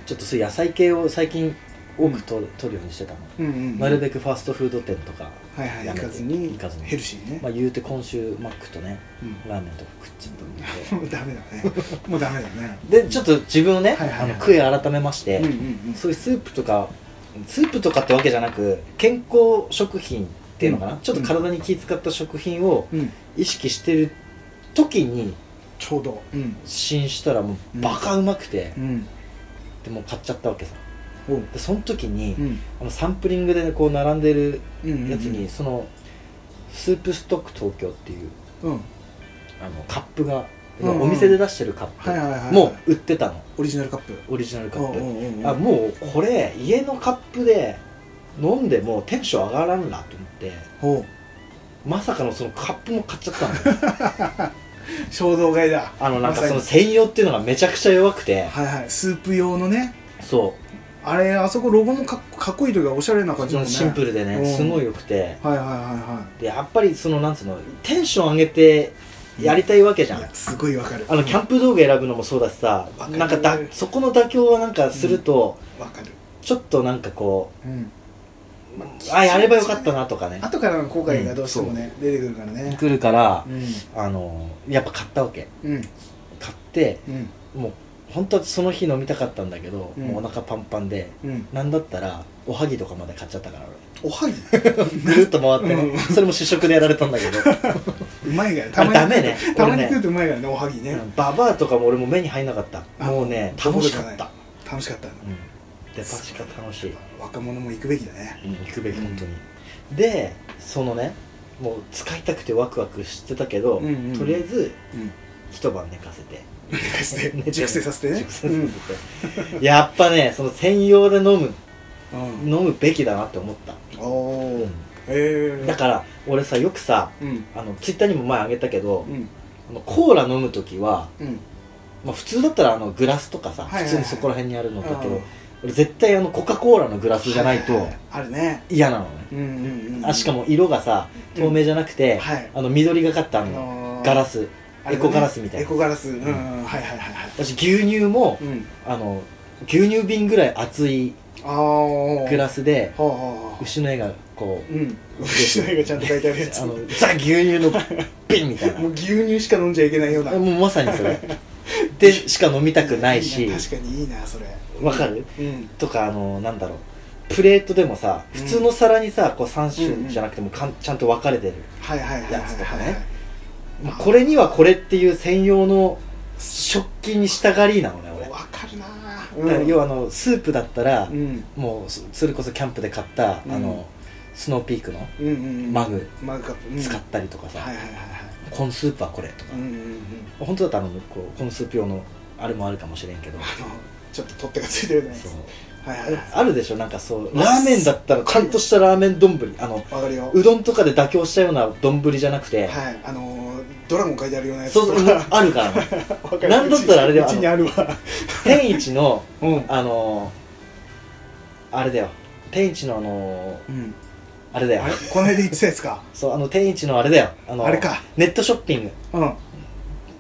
[SPEAKER 2] ちょっとそういう野菜系を最近多くと、取るようにしてたの、
[SPEAKER 1] うんうん
[SPEAKER 2] なるべくファーストフード店とか、
[SPEAKER 1] はいはい行
[SPEAKER 2] やめて
[SPEAKER 1] かずに
[SPEAKER 2] 行かずに
[SPEAKER 1] ヘルシーね
[SPEAKER 2] まあ、言うて今週マックとね
[SPEAKER 1] うん
[SPEAKER 2] ラーメンとか食っちゃったん
[SPEAKER 1] もうダメ だねもうダメだね
[SPEAKER 2] ででちょっと自分をね、
[SPEAKER 1] はいはいはい
[SPEAKER 2] あの悔い改めまして、
[SPEAKER 1] うんうんうん
[SPEAKER 2] そういうスープとかスープとかってわけじゃなく健康食品っていうのかな、
[SPEAKER 1] うん
[SPEAKER 2] ちょっと体に気使った食品を
[SPEAKER 1] うん
[SPEAKER 2] 意識してる時に
[SPEAKER 1] ちょうどうん
[SPEAKER 2] 試飲したらもうバカうまくて
[SPEAKER 1] う、ん
[SPEAKER 2] でもう買っちゃったわけさ
[SPEAKER 1] おう
[SPEAKER 2] でその時に、
[SPEAKER 1] うん
[SPEAKER 2] あのサンプリングでこう並んでる
[SPEAKER 1] うん
[SPEAKER 2] やつに、そのスープストック東京っていう
[SPEAKER 1] うんうん
[SPEAKER 2] あのカップが、
[SPEAKER 1] うん
[SPEAKER 2] お店で出してるカ
[SPEAKER 1] はい
[SPEAKER 2] ッ
[SPEAKER 1] はいは
[SPEAKER 2] プ
[SPEAKER 1] い
[SPEAKER 2] もう売ってたの
[SPEAKER 1] オリジナルカップ
[SPEAKER 2] オリジナルカ
[SPEAKER 1] おうお
[SPEAKER 2] ッ
[SPEAKER 1] うおう
[SPEAKER 2] プあもうこれ家のカップで飲んでもテンション上がらんなと思って
[SPEAKER 1] おう
[SPEAKER 2] まさかのそのカップも買っちゃった の
[SPEAKER 1] 衝動買いだ
[SPEAKER 2] あのなんかそ
[SPEAKER 1] ま
[SPEAKER 2] の
[SPEAKER 1] さ
[SPEAKER 2] 専用っていうのがめちゃくちゃ弱くて
[SPEAKER 1] にはいはいスープ用のね
[SPEAKER 2] そ
[SPEAKER 1] あれあそこロゴもかっかっこいいというかおしゃれな感
[SPEAKER 2] う
[SPEAKER 1] じだもんね
[SPEAKER 2] シンプルで
[SPEAKER 1] うん
[SPEAKER 2] ねすごい良くて
[SPEAKER 1] はいはいはいは
[SPEAKER 2] でやっぱりそのなんつうのテンション上げてやりたいわけじゃ
[SPEAKER 1] いい
[SPEAKER 2] ん
[SPEAKER 1] やすごいわかる
[SPEAKER 2] あのキャンプ道具選ぶのもそうだしさ
[SPEAKER 1] わかる
[SPEAKER 2] なんかだそこの妥協はなんかすると、
[SPEAKER 1] わかる
[SPEAKER 2] ちょっとなんかこ
[SPEAKER 1] うん
[SPEAKER 2] う、あやればよかったなとかね
[SPEAKER 1] 後からの後悔がどうしてもね出てくるからね
[SPEAKER 2] 来るから
[SPEAKER 1] うん
[SPEAKER 2] あのやっぱ買ったわけ
[SPEAKER 1] うん
[SPEAKER 2] 買って
[SPEAKER 1] うん
[SPEAKER 2] もう本当はその日飲みたかったんだけど、
[SPEAKER 1] うん
[SPEAKER 2] もうお腹パンパンで
[SPEAKER 1] うん
[SPEAKER 2] なんだったらおはぎとかまで買っちゃったから
[SPEAKER 1] おはぎ
[SPEAKER 2] 俺ぐるっと回ってね、
[SPEAKER 1] うん
[SPEAKER 2] それも試食でやられたんだけど
[SPEAKER 1] うまいから
[SPEAKER 2] あダメね
[SPEAKER 1] たま
[SPEAKER 2] 俺
[SPEAKER 1] に食う
[SPEAKER 2] ね
[SPEAKER 1] とうまいからねおはぎね
[SPEAKER 2] ババアとかも俺も目に入んなかった
[SPEAKER 1] あ
[SPEAKER 2] もうね
[SPEAKER 1] どこ
[SPEAKER 2] 楽
[SPEAKER 1] ろ
[SPEAKER 2] し
[SPEAKER 1] じゃ
[SPEAKER 2] か
[SPEAKER 1] な
[SPEAKER 2] っ
[SPEAKER 1] い
[SPEAKER 2] た、
[SPEAKER 1] 楽しかった
[SPEAKER 2] うん、デパ地下楽しい
[SPEAKER 1] 若者も行くべきだね
[SPEAKER 2] 行くべき本当に、でそのねもう使いたくてワクワクしてたけど、
[SPEAKER 1] うんうん
[SPEAKER 2] とりあえず
[SPEAKER 1] うん
[SPEAKER 2] 一晩寝かせて
[SPEAKER 1] 寝かせ
[SPEAKER 2] 寝
[SPEAKER 1] て 熟成させてね
[SPEAKER 2] 熟成させて、やっぱねその専用で飲む
[SPEAKER 1] うん
[SPEAKER 2] 飲むべきだなって思った、
[SPEAKER 1] おおへえ
[SPEAKER 2] だから俺さよくさ
[SPEAKER 1] うん
[SPEAKER 2] あのツイッターにも前あげたけど、
[SPEAKER 1] うん
[SPEAKER 2] あのコーラ飲む時は、
[SPEAKER 1] うん
[SPEAKER 2] まあ、普通だったらあのグラスとかさ、
[SPEAKER 1] はいはいはい
[SPEAKER 2] 普通にそこら辺にあるのだけ
[SPEAKER 1] う
[SPEAKER 2] ど
[SPEAKER 1] ん
[SPEAKER 2] 俺絶対あのコカ・コーラのグラスじゃない
[SPEAKER 1] は
[SPEAKER 2] と
[SPEAKER 1] はあるね
[SPEAKER 2] 嫌なのね、
[SPEAKER 1] うんうんうん
[SPEAKER 2] あしかも色がさ透明じゃなくて、
[SPEAKER 1] はい
[SPEAKER 2] あの緑がかった
[SPEAKER 1] あ
[SPEAKER 2] のよ
[SPEAKER 1] のー
[SPEAKER 2] ガラス
[SPEAKER 1] あれ
[SPEAKER 2] エ
[SPEAKER 1] だね
[SPEAKER 2] コガラスみたい
[SPEAKER 1] エ
[SPEAKER 2] な
[SPEAKER 1] コガラスうんうんはいはいはいはい
[SPEAKER 2] 私牛乳も
[SPEAKER 1] うん
[SPEAKER 2] あの牛乳瓶ぐらい厚い
[SPEAKER 1] ああ
[SPEAKER 2] グラ
[SPEAKER 1] ス
[SPEAKER 2] スで
[SPEAKER 1] はあはあ
[SPEAKER 2] 牛の絵がこう
[SPEAKER 1] うん牛の絵がちゃんと描いてあるやつ
[SPEAKER 2] あ
[SPEAKER 1] もう
[SPEAKER 2] のザ牛乳の 瓶みたいなも
[SPEAKER 1] 牛乳しか飲んじゃいけないような
[SPEAKER 2] うまさにそ れでしか飲みたくない
[SPEAKER 1] い
[SPEAKER 2] し
[SPEAKER 1] いな確かにいいなそれ
[SPEAKER 2] わかる
[SPEAKER 1] うん
[SPEAKER 2] とかあのなんだろうプレートでもさ
[SPEAKER 1] うん
[SPEAKER 2] 普通の皿にさこう3
[SPEAKER 1] うんう
[SPEAKER 2] 種
[SPEAKER 1] ん
[SPEAKER 2] じゃなくてもかんちゃんと分かれてる、
[SPEAKER 1] はいはいはいはい
[SPEAKER 2] やつとか
[SPEAKER 1] はい
[SPEAKER 2] ねまあこれにはこれっていう専用の食器に従りなのね俺
[SPEAKER 1] わかるな
[SPEAKER 2] だから
[SPEAKER 1] うん
[SPEAKER 2] 要はあのスープだったら、
[SPEAKER 1] うん
[SPEAKER 2] もうそそれこそキャンプで買った、
[SPEAKER 1] うん
[SPEAKER 2] あのスノーピークの
[SPEAKER 1] うんうんうん
[SPEAKER 2] マグ
[SPEAKER 1] マグカップうん
[SPEAKER 2] 使ったりとかさ、
[SPEAKER 1] はいはいはいは
[SPEAKER 2] コーンスープはこれとか
[SPEAKER 1] い、うんうんうん
[SPEAKER 2] 本当だったらあのこうコーンスープ用のあれもあるかもしれんけど
[SPEAKER 1] あのちょっと取っ手がついてるね
[SPEAKER 2] そう
[SPEAKER 1] はいはいは
[SPEAKER 2] あるでしょなんかそう
[SPEAKER 1] まあ
[SPEAKER 2] ラーメンだったらちゃんとしたラーメン丼あの
[SPEAKER 1] いわかるよ
[SPEAKER 2] うどんとかで妥協したような丼じゃなくて、
[SPEAKER 1] はいあのードラゴン書いてあるようなやつ
[SPEAKER 2] そう
[SPEAKER 1] と
[SPEAKER 2] そう
[SPEAKER 1] か
[SPEAKER 2] あるからね
[SPEAKER 1] わかる
[SPEAKER 2] なんだったらあれだよ
[SPEAKER 1] うちにあるわ
[SPEAKER 2] 天一の
[SPEAKER 1] うん
[SPEAKER 2] あのあれだよ天一のあの
[SPEAKER 1] うん
[SPEAKER 2] あれだよ
[SPEAKER 1] あれこの間言ってたやつか
[SPEAKER 2] そうあの天一のあれだよあの
[SPEAKER 1] あれか
[SPEAKER 2] ネットショッピング
[SPEAKER 1] うんうん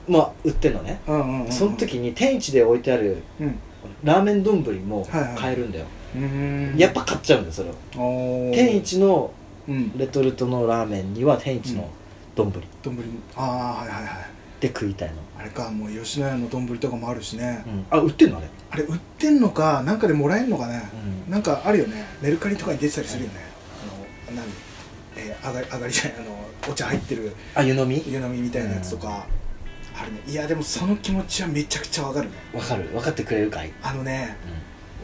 [SPEAKER 2] も売ってんのね
[SPEAKER 1] うんうんうん
[SPEAKER 2] その時に天一で置いてある
[SPEAKER 1] うん
[SPEAKER 2] ラーメン丼も
[SPEAKER 1] はいはい
[SPEAKER 2] 買えるんだよ、
[SPEAKER 1] うーん
[SPEAKER 2] やっぱ買っちゃうんだよそれを
[SPEAKER 1] おー
[SPEAKER 2] 天一の
[SPEAKER 1] うん
[SPEAKER 2] レトルトのラーメンには天一の丼
[SPEAKER 1] 丼もああはいはいはい
[SPEAKER 2] で食いたいの、
[SPEAKER 1] あれかもう吉野家の丼とかもあるしね
[SPEAKER 2] うんあ売ってんのあれ、
[SPEAKER 1] あれ売ってんのかなんかでもらえんのかね
[SPEAKER 2] うん
[SPEAKER 1] なんかあるよねメルカリとかに出てたりするよねあの何えー、あがりあがりじゃないあのお茶入ってる
[SPEAKER 2] あ湯飲み
[SPEAKER 1] 湯飲みみたいなやつとか、あるねいやでもその気持ちはめちゃくちゃわかるね
[SPEAKER 2] わかる分かってくれるかい
[SPEAKER 1] あのね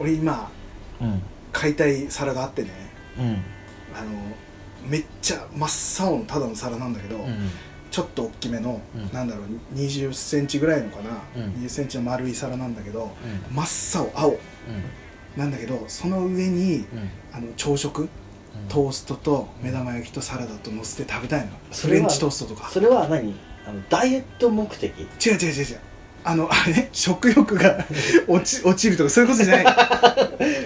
[SPEAKER 1] 俺今
[SPEAKER 2] うん
[SPEAKER 1] 買いたい皿があってね
[SPEAKER 2] うん
[SPEAKER 1] あのめっちゃ真っ青のただの皿なんだけど、
[SPEAKER 2] うん
[SPEAKER 1] ちょっと大きめの、
[SPEAKER 2] うん
[SPEAKER 1] なんだろう2 0センチぐらいのかな、
[SPEAKER 2] うん
[SPEAKER 1] 2 0センチの丸い皿なんだけど
[SPEAKER 2] うん
[SPEAKER 1] 真っ青青なんだけどその上に
[SPEAKER 2] うんうん
[SPEAKER 1] あの朝食
[SPEAKER 2] うん
[SPEAKER 1] トーストと目玉焼きとサラダと乗せて食べたいの
[SPEAKER 2] そ
[SPEAKER 1] フ
[SPEAKER 2] れ
[SPEAKER 1] レ
[SPEAKER 2] は
[SPEAKER 1] ンチトーストとか
[SPEAKER 2] それは何あのダイエット目的
[SPEAKER 1] 違う違う違う違うあのあれ ね食欲が落ち落ちるとかそういうことじ ゃない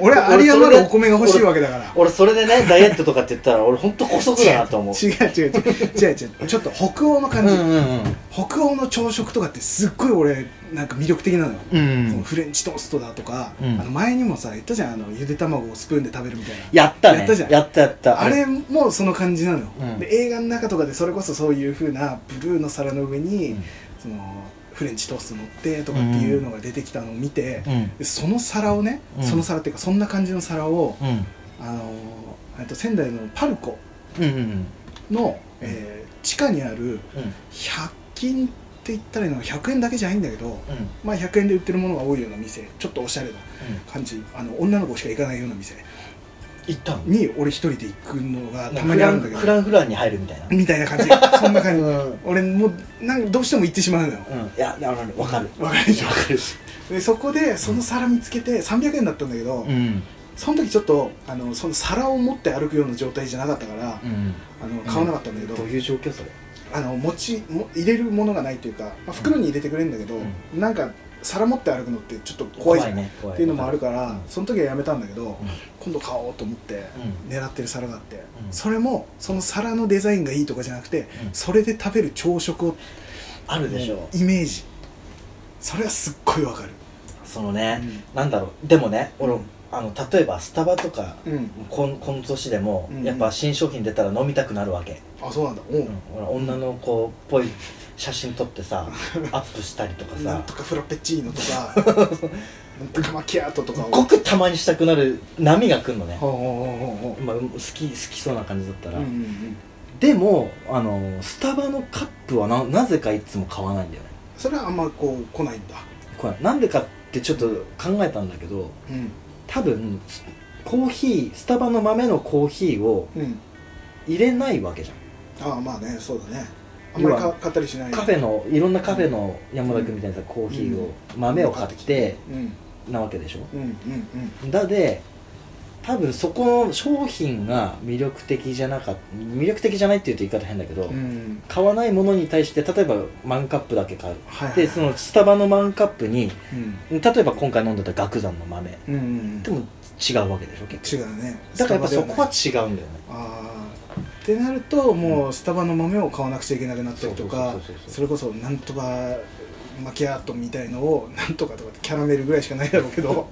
[SPEAKER 1] 俺は有り余るお米が欲しいわけだから
[SPEAKER 2] 俺それでね ダイエットとかって言ったら俺ほんと姑息だなと思う
[SPEAKER 1] 違う違う違う違う違うちょっと北欧の感じ、
[SPEAKER 2] うん
[SPEAKER 1] 北欧の朝食とかってすっごい俺なんか魅力的なのよ、
[SPEAKER 2] うん
[SPEAKER 1] そのフレンチトーストだとか、
[SPEAKER 2] うん
[SPEAKER 1] あの前にもさ言ったじゃんあのゆで卵をスプーンで食べるみたいな
[SPEAKER 2] やったね
[SPEAKER 1] やったじゃん
[SPEAKER 2] やったやった
[SPEAKER 1] あれもその感じなのよ、
[SPEAKER 2] うん
[SPEAKER 1] で映画の中とかでそれこそそういう風なブルーの皿の上に、
[SPEAKER 2] うん
[SPEAKER 1] そのフレンチトースト乗ってとかっていうのが出てきたのを見て、
[SPEAKER 2] うん
[SPEAKER 1] でその皿をね、
[SPEAKER 2] うん
[SPEAKER 1] その皿っていうかそんな感じの皿を、
[SPEAKER 2] うん
[SPEAKER 1] あのーえっと仙台のパルコ
[SPEAKER 2] うんうん
[SPEAKER 1] の、えー地下にある
[SPEAKER 2] うん
[SPEAKER 1] 100均って言ったらいいのか100円だけじゃないんだけど、
[SPEAKER 2] うん
[SPEAKER 1] まあ、100円で売ってるものが多いような店ちょっとおしゃれな
[SPEAKER 2] うん
[SPEAKER 1] 感じあの女の子しか行かないような店
[SPEAKER 2] 行ったの
[SPEAKER 1] に俺一人で行くのがたまにあるんだけど
[SPEAKER 2] フランフランに入るみたいな
[SPEAKER 1] みたいな感じそんな感じ
[SPEAKER 2] うん
[SPEAKER 1] 俺もうなんかどうしても行ってしまうのよ
[SPEAKER 2] うんいや分かる
[SPEAKER 1] わかるでしょ
[SPEAKER 2] わかる
[SPEAKER 1] でそこでその皿見つけて300円だったんだけど、
[SPEAKER 2] ん
[SPEAKER 1] その時ちょっとあのその皿を持って歩くような状態じゃなかったから、
[SPEAKER 2] うん
[SPEAKER 1] あの買わなかったんだけど、
[SPEAKER 2] どういう状況それ
[SPEAKER 1] あの持ちも入れるものがないというか、まあ、袋に入れてくれるんだけど、
[SPEAKER 2] う
[SPEAKER 1] なんか皿持って歩くのってちょっと怖いじゃん
[SPEAKER 2] ね怖
[SPEAKER 1] っていうのもあるから、
[SPEAKER 2] うん
[SPEAKER 1] その時はやめたんだけど、
[SPEAKER 2] ん
[SPEAKER 1] 今度買おうと思って
[SPEAKER 2] う
[SPEAKER 1] 狙ってる皿があって、
[SPEAKER 2] うん
[SPEAKER 1] それもその皿のデザインがいいとかじゃなくて、
[SPEAKER 2] うん
[SPEAKER 1] それで食べる朝食を
[SPEAKER 2] あるでしょ
[SPEAKER 1] イメージそれはすっごいわかる
[SPEAKER 2] そのねなんだろうでもね俺あの例えばスタバとか
[SPEAKER 1] うん、
[SPEAKER 2] こんこの年でも
[SPEAKER 1] うん
[SPEAKER 2] やっぱ新商品出たら飲みたくなるわけ、
[SPEAKER 1] あそうなんだおう
[SPEAKER 2] ほら女の子っぽい写真撮っ てさアップしたりとか
[SPEAKER 1] なん
[SPEAKER 2] さ
[SPEAKER 1] とかフラペチーノとか なんとかマキアートとかを
[SPEAKER 2] ごくたまにしたくなる波が来るのね、
[SPEAKER 1] ほうほうほうほうほ
[SPEAKER 2] まあ、好き好きそうな感じだった
[SPEAKER 1] う
[SPEAKER 2] ら、
[SPEAKER 1] うんうんうん
[SPEAKER 2] でもあのスタバのカップはななぜかいつも買わないんだよね
[SPEAKER 1] それはあんまこう来ないんだ
[SPEAKER 2] これなんでかってちょっと考えたんだけ
[SPEAKER 1] う
[SPEAKER 2] ど
[SPEAKER 1] ん
[SPEAKER 2] 多分コーヒースタバの豆のコーヒーを
[SPEAKER 1] うん
[SPEAKER 2] 入れないわけじゃん
[SPEAKER 1] ああまあねそうだねあんまり
[SPEAKER 2] 要
[SPEAKER 1] か
[SPEAKER 2] は
[SPEAKER 1] 買ったりしない
[SPEAKER 2] カフェのいろんなカフェの山田君みたいなさコーヒーを豆を買って
[SPEAKER 1] うん
[SPEAKER 2] なわけでしょ
[SPEAKER 1] うんうんうん
[SPEAKER 2] だで多分そこの商品が魅力的じゃなかっ魅力的じゃないっていうと言い方変だけど、
[SPEAKER 1] うん
[SPEAKER 2] 買わないものに対して例えばマンカップだけ買う
[SPEAKER 1] はいはい
[SPEAKER 2] でそのスタバのマンカップに
[SPEAKER 1] うん
[SPEAKER 2] 例えば今回飲んでた岳山の豆
[SPEAKER 1] うんうん
[SPEAKER 2] でも違うわけでしょ結
[SPEAKER 1] 違うね
[SPEAKER 2] 構だからやっぱそこは
[SPEAKER 1] ス
[SPEAKER 2] 違うんだよね
[SPEAKER 1] タバではないああってなるともうスタバの豆を買わなくちゃいけなくなったりとか
[SPEAKER 2] そうそうそうそう
[SPEAKER 1] それこそなんとかマキアートみたいのをなんとかとかってキャラメルぐらいしかないだろうけ ど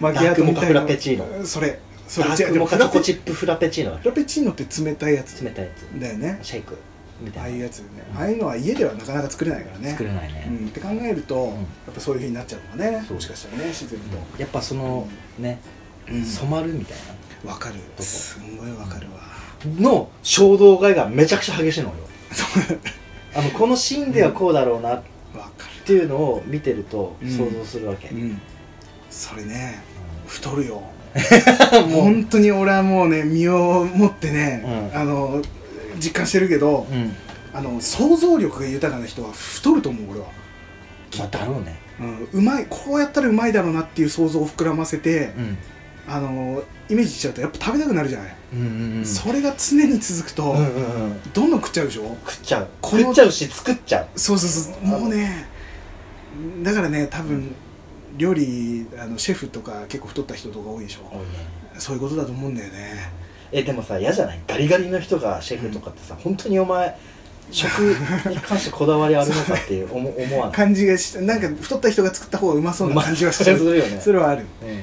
[SPEAKER 1] マキアートみたい
[SPEAKER 2] ダークモカフ
[SPEAKER 1] な
[SPEAKER 2] ラペチー
[SPEAKER 1] ノそれそ
[SPEAKER 2] ダ
[SPEAKER 1] れ
[SPEAKER 2] ー
[SPEAKER 1] 違
[SPEAKER 2] ク
[SPEAKER 1] う
[SPEAKER 2] モカ
[SPEAKER 1] で
[SPEAKER 2] チョ
[SPEAKER 1] もフラペ
[SPEAKER 2] コチップフラペチーノだ
[SPEAKER 1] フラペチーノって冷たいやつ
[SPEAKER 2] 冷たいやつ
[SPEAKER 1] だよね
[SPEAKER 2] シェイクみ
[SPEAKER 1] あ
[SPEAKER 2] た
[SPEAKER 1] あ
[SPEAKER 2] い
[SPEAKER 1] いう
[SPEAKER 2] な
[SPEAKER 1] やつねああいうのは家ではなかなか作れないからね
[SPEAKER 2] 作れないね、
[SPEAKER 1] うん、って考えると、
[SPEAKER 2] ん
[SPEAKER 1] やっぱそういうふうになっちゃうのがね
[SPEAKER 2] そう
[SPEAKER 1] もしかしたらね自然と、
[SPEAKER 2] やっぱそのね、
[SPEAKER 1] うん
[SPEAKER 2] 染まるみたい
[SPEAKER 1] わかる
[SPEAKER 2] こ
[SPEAKER 1] すんごいわかるわ
[SPEAKER 2] なの衝動買いがめちゃくちゃ激しいのよあのこのシーンではこうだろうなっ
[SPEAKER 1] わか
[SPEAKER 2] ていうのを見てると
[SPEAKER 1] うん
[SPEAKER 2] 想像するわけ、
[SPEAKER 1] るうんそれね
[SPEAKER 2] う
[SPEAKER 1] 太る よ本当に俺はもうね身をもってね、
[SPEAKER 2] うん
[SPEAKER 1] あの実感してるけど、
[SPEAKER 2] ん、うん
[SPEAKER 1] あの想像力が豊かな人は太ると思う俺は、
[SPEAKER 2] まあ、だろうね、
[SPEAKER 1] うん、うまいこうやったらうまいだろうなっていう想像を膨らませて、
[SPEAKER 2] うん、
[SPEAKER 1] あのイメージしちゃうとやっぱ食べたくなるじゃない、
[SPEAKER 2] うんうんうん
[SPEAKER 1] それが常に続くと、
[SPEAKER 2] うんうんうん
[SPEAKER 1] どんどん食っちゃうでしょ
[SPEAKER 2] 食っちゃう
[SPEAKER 1] この
[SPEAKER 2] 食っちゃうし作っちゃう
[SPEAKER 1] そうそうそう
[SPEAKER 2] あの
[SPEAKER 1] もうねだからね多分、料理あのシェフとか結構太った人とか多いでしょ、そういうことだと思うんだよね
[SPEAKER 2] えでもさ嫌じゃないガリガリの人がシェフとかってさ、本当にお前食に関してこだわりあるのかっ ていう思思わない
[SPEAKER 1] 感じがしてなんか太った人が作った方がうまそうな感じがしちゃ
[SPEAKER 2] す
[SPEAKER 1] う
[SPEAKER 2] るよね
[SPEAKER 1] それはある
[SPEAKER 2] うん
[SPEAKER 1] い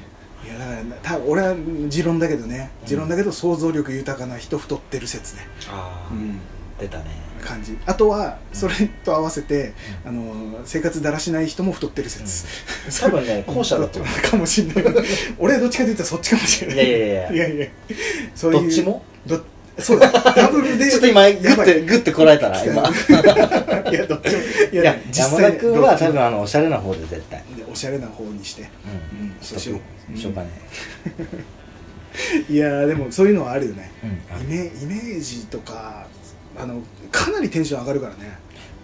[SPEAKER 1] やだから多分俺は持論だけどね
[SPEAKER 2] うん
[SPEAKER 1] 持論だけど想像力豊かな人太ってる説ね、
[SPEAKER 2] ああ、
[SPEAKER 1] うん
[SPEAKER 2] 出たね
[SPEAKER 1] 感じあとはそれと合わせて、あの生活だらしない人も太ってる説、 そ
[SPEAKER 2] 多
[SPEAKER 1] れ
[SPEAKER 2] 分ね後者だと思
[SPEAKER 1] かもしんない俺はどっちかというとそっちかもしれ
[SPEAKER 2] う
[SPEAKER 1] ないい
[SPEAKER 2] やいやいや
[SPEAKER 1] いやいやそういう
[SPEAKER 2] どっちも
[SPEAKER 1] どそうだダブルで
[SPEAKER 2] ちょっと今グ
[SPEAKER 1] や
[SPEAKER 2] ッ
[SPEAKER 1] ば
[SPEAKER 2] て
[SPEAKER 1] い
[SPEAKER 2] グッてこらえたら今
[SPEAKER 1] いやどっちもい
[SPEAKER 2] いや
[SPEAKER 1] ね
[SPEAKER 2] 山田君は
[SPEAKER 1] ど
[SPEAKER 2] 多
[SPEAKER 1] っち
[SPEAKER 2] 分あのおしゃれな方で絶対
[SPEAKER 1] もでおしゃれな方にして
[SPEAKER 2] うん
[SPEAKER 1] うんそうしよう
[SPEAKER 2] しょうがね
[SPEAKER 1] いやーでもそういうのはあるよね
[SPEAKER 2] えうん
[SPEAKER 1] イメイメージとかあのかなりテンション上がるからね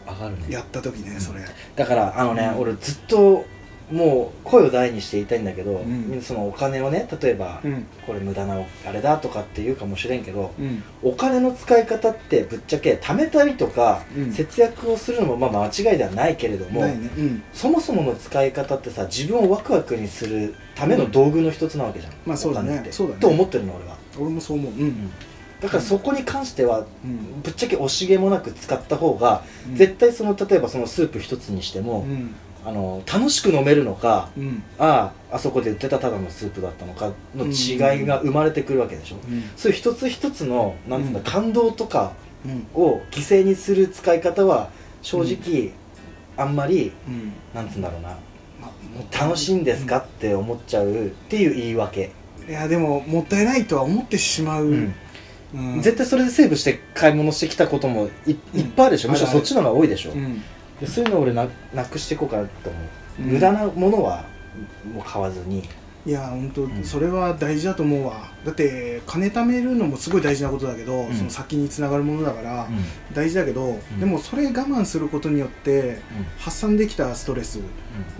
[SPEAKER 2] 上がるね
[SPEAKER 1] やった時ねそれ
[SPEAKER 2] だからあのね、
[SPEAKER 1] うん
[SPEAKER 2] 俺ずっともう声を大にして言いたいんだけど、
[SPEAKER 1] うん
[SPEAKER 2] そのお金をね例えば、
[SPEAKER 1] うん
[SPEAKER 2] これ無駄なあれだとかって言うかもしれんけど
[SPEAKER 1] うん
[SPEAKER 2] お金の使い方ってぶっちゃけ貯めたりとか、
[SPEAKER 1] うん
[SPEAKER 2] 節約をするのもまあ間違いではないけれども、
[SPEAKER 1] ないねうん
[SPEAKER 2] そもそもの使い方ってさ自分をワクワクにするための道具の一つなわけじゃん、
[SPEAKER 1] まあそうだね
[SPEAKER 2] お金って
[SPEAKER 1] そうだね
[SPEAKER 2] と思ってるの俺は
[SPEAKER 1] 俺もそう思ううん
[SPEAKER 2] だからそこに関しては
[SPEAKER 1] うん
[SPEAKER 2] ぶっちゃけ惜しげもなく使った方が、
[SPEAKER 1] うん
[SPEAKER 2] 絶対その例えばそのスープ一つにしても、
[SPEAKER 1] うん
[SPEAKER 2] あの楽しく飲めるのか
[SPEAKER 1] うん
[SPEAKER 2] あああそこで売ってたただのスープだったのかの違いが生まれてくるわけでしょ、
[SPEAKER 1] うん
[SPEAKER 2] そういう一つ一つのなんつうんだ、
[SPEAKER 1] うん
[SPEAKER 2] 感動とか
[SPEAKER 1] うん
[SPEAKER 2] を犠牲にする使い方は正直、あんまり
[SPEAKER 1] うん
[SPEAKER 2] なんつうんだろうな
[SPEAKER 1] まあもったい
[SPEAKER 2] 楽しいんですかって思っちゃうっていう言い訳、
[SPEAKER 1] いやでももったいないとは思ってしまう、うん
[SPEAKER 2] うん絶対それでセーブして買い物してきたこともい,、
[SPEAKER 1] うん
[SPEAKER 2] いっぱいあるでしょむしろ
[SPEAKER 1] あるあ
[SPEAKER 2] そ
[SPEAKER 1] る
[SPEAKER 2] っちの方が多いでしょ、
[SPEAKER 1] うん
[SPEAKER 2] でそういうのを俺ななくしていこうかなと思う、
[SPEAKER 1] うん
[SPEAKER 2] 無駄なものはもう買わずに
[SPEAKER 1] いや本当、
[SPEAKER 2] ん
[SPEAKER 1] それは大事だと思うわだって金貯めるのもすごい大事なことだけど、
[SPEAKER 2] うん
[SPEAKER 1] その先につながるものだから、大事だけど、
[SPEAKER 2] ん
[SPEAKER 1] でもそれ我慢することによって発散できたストレス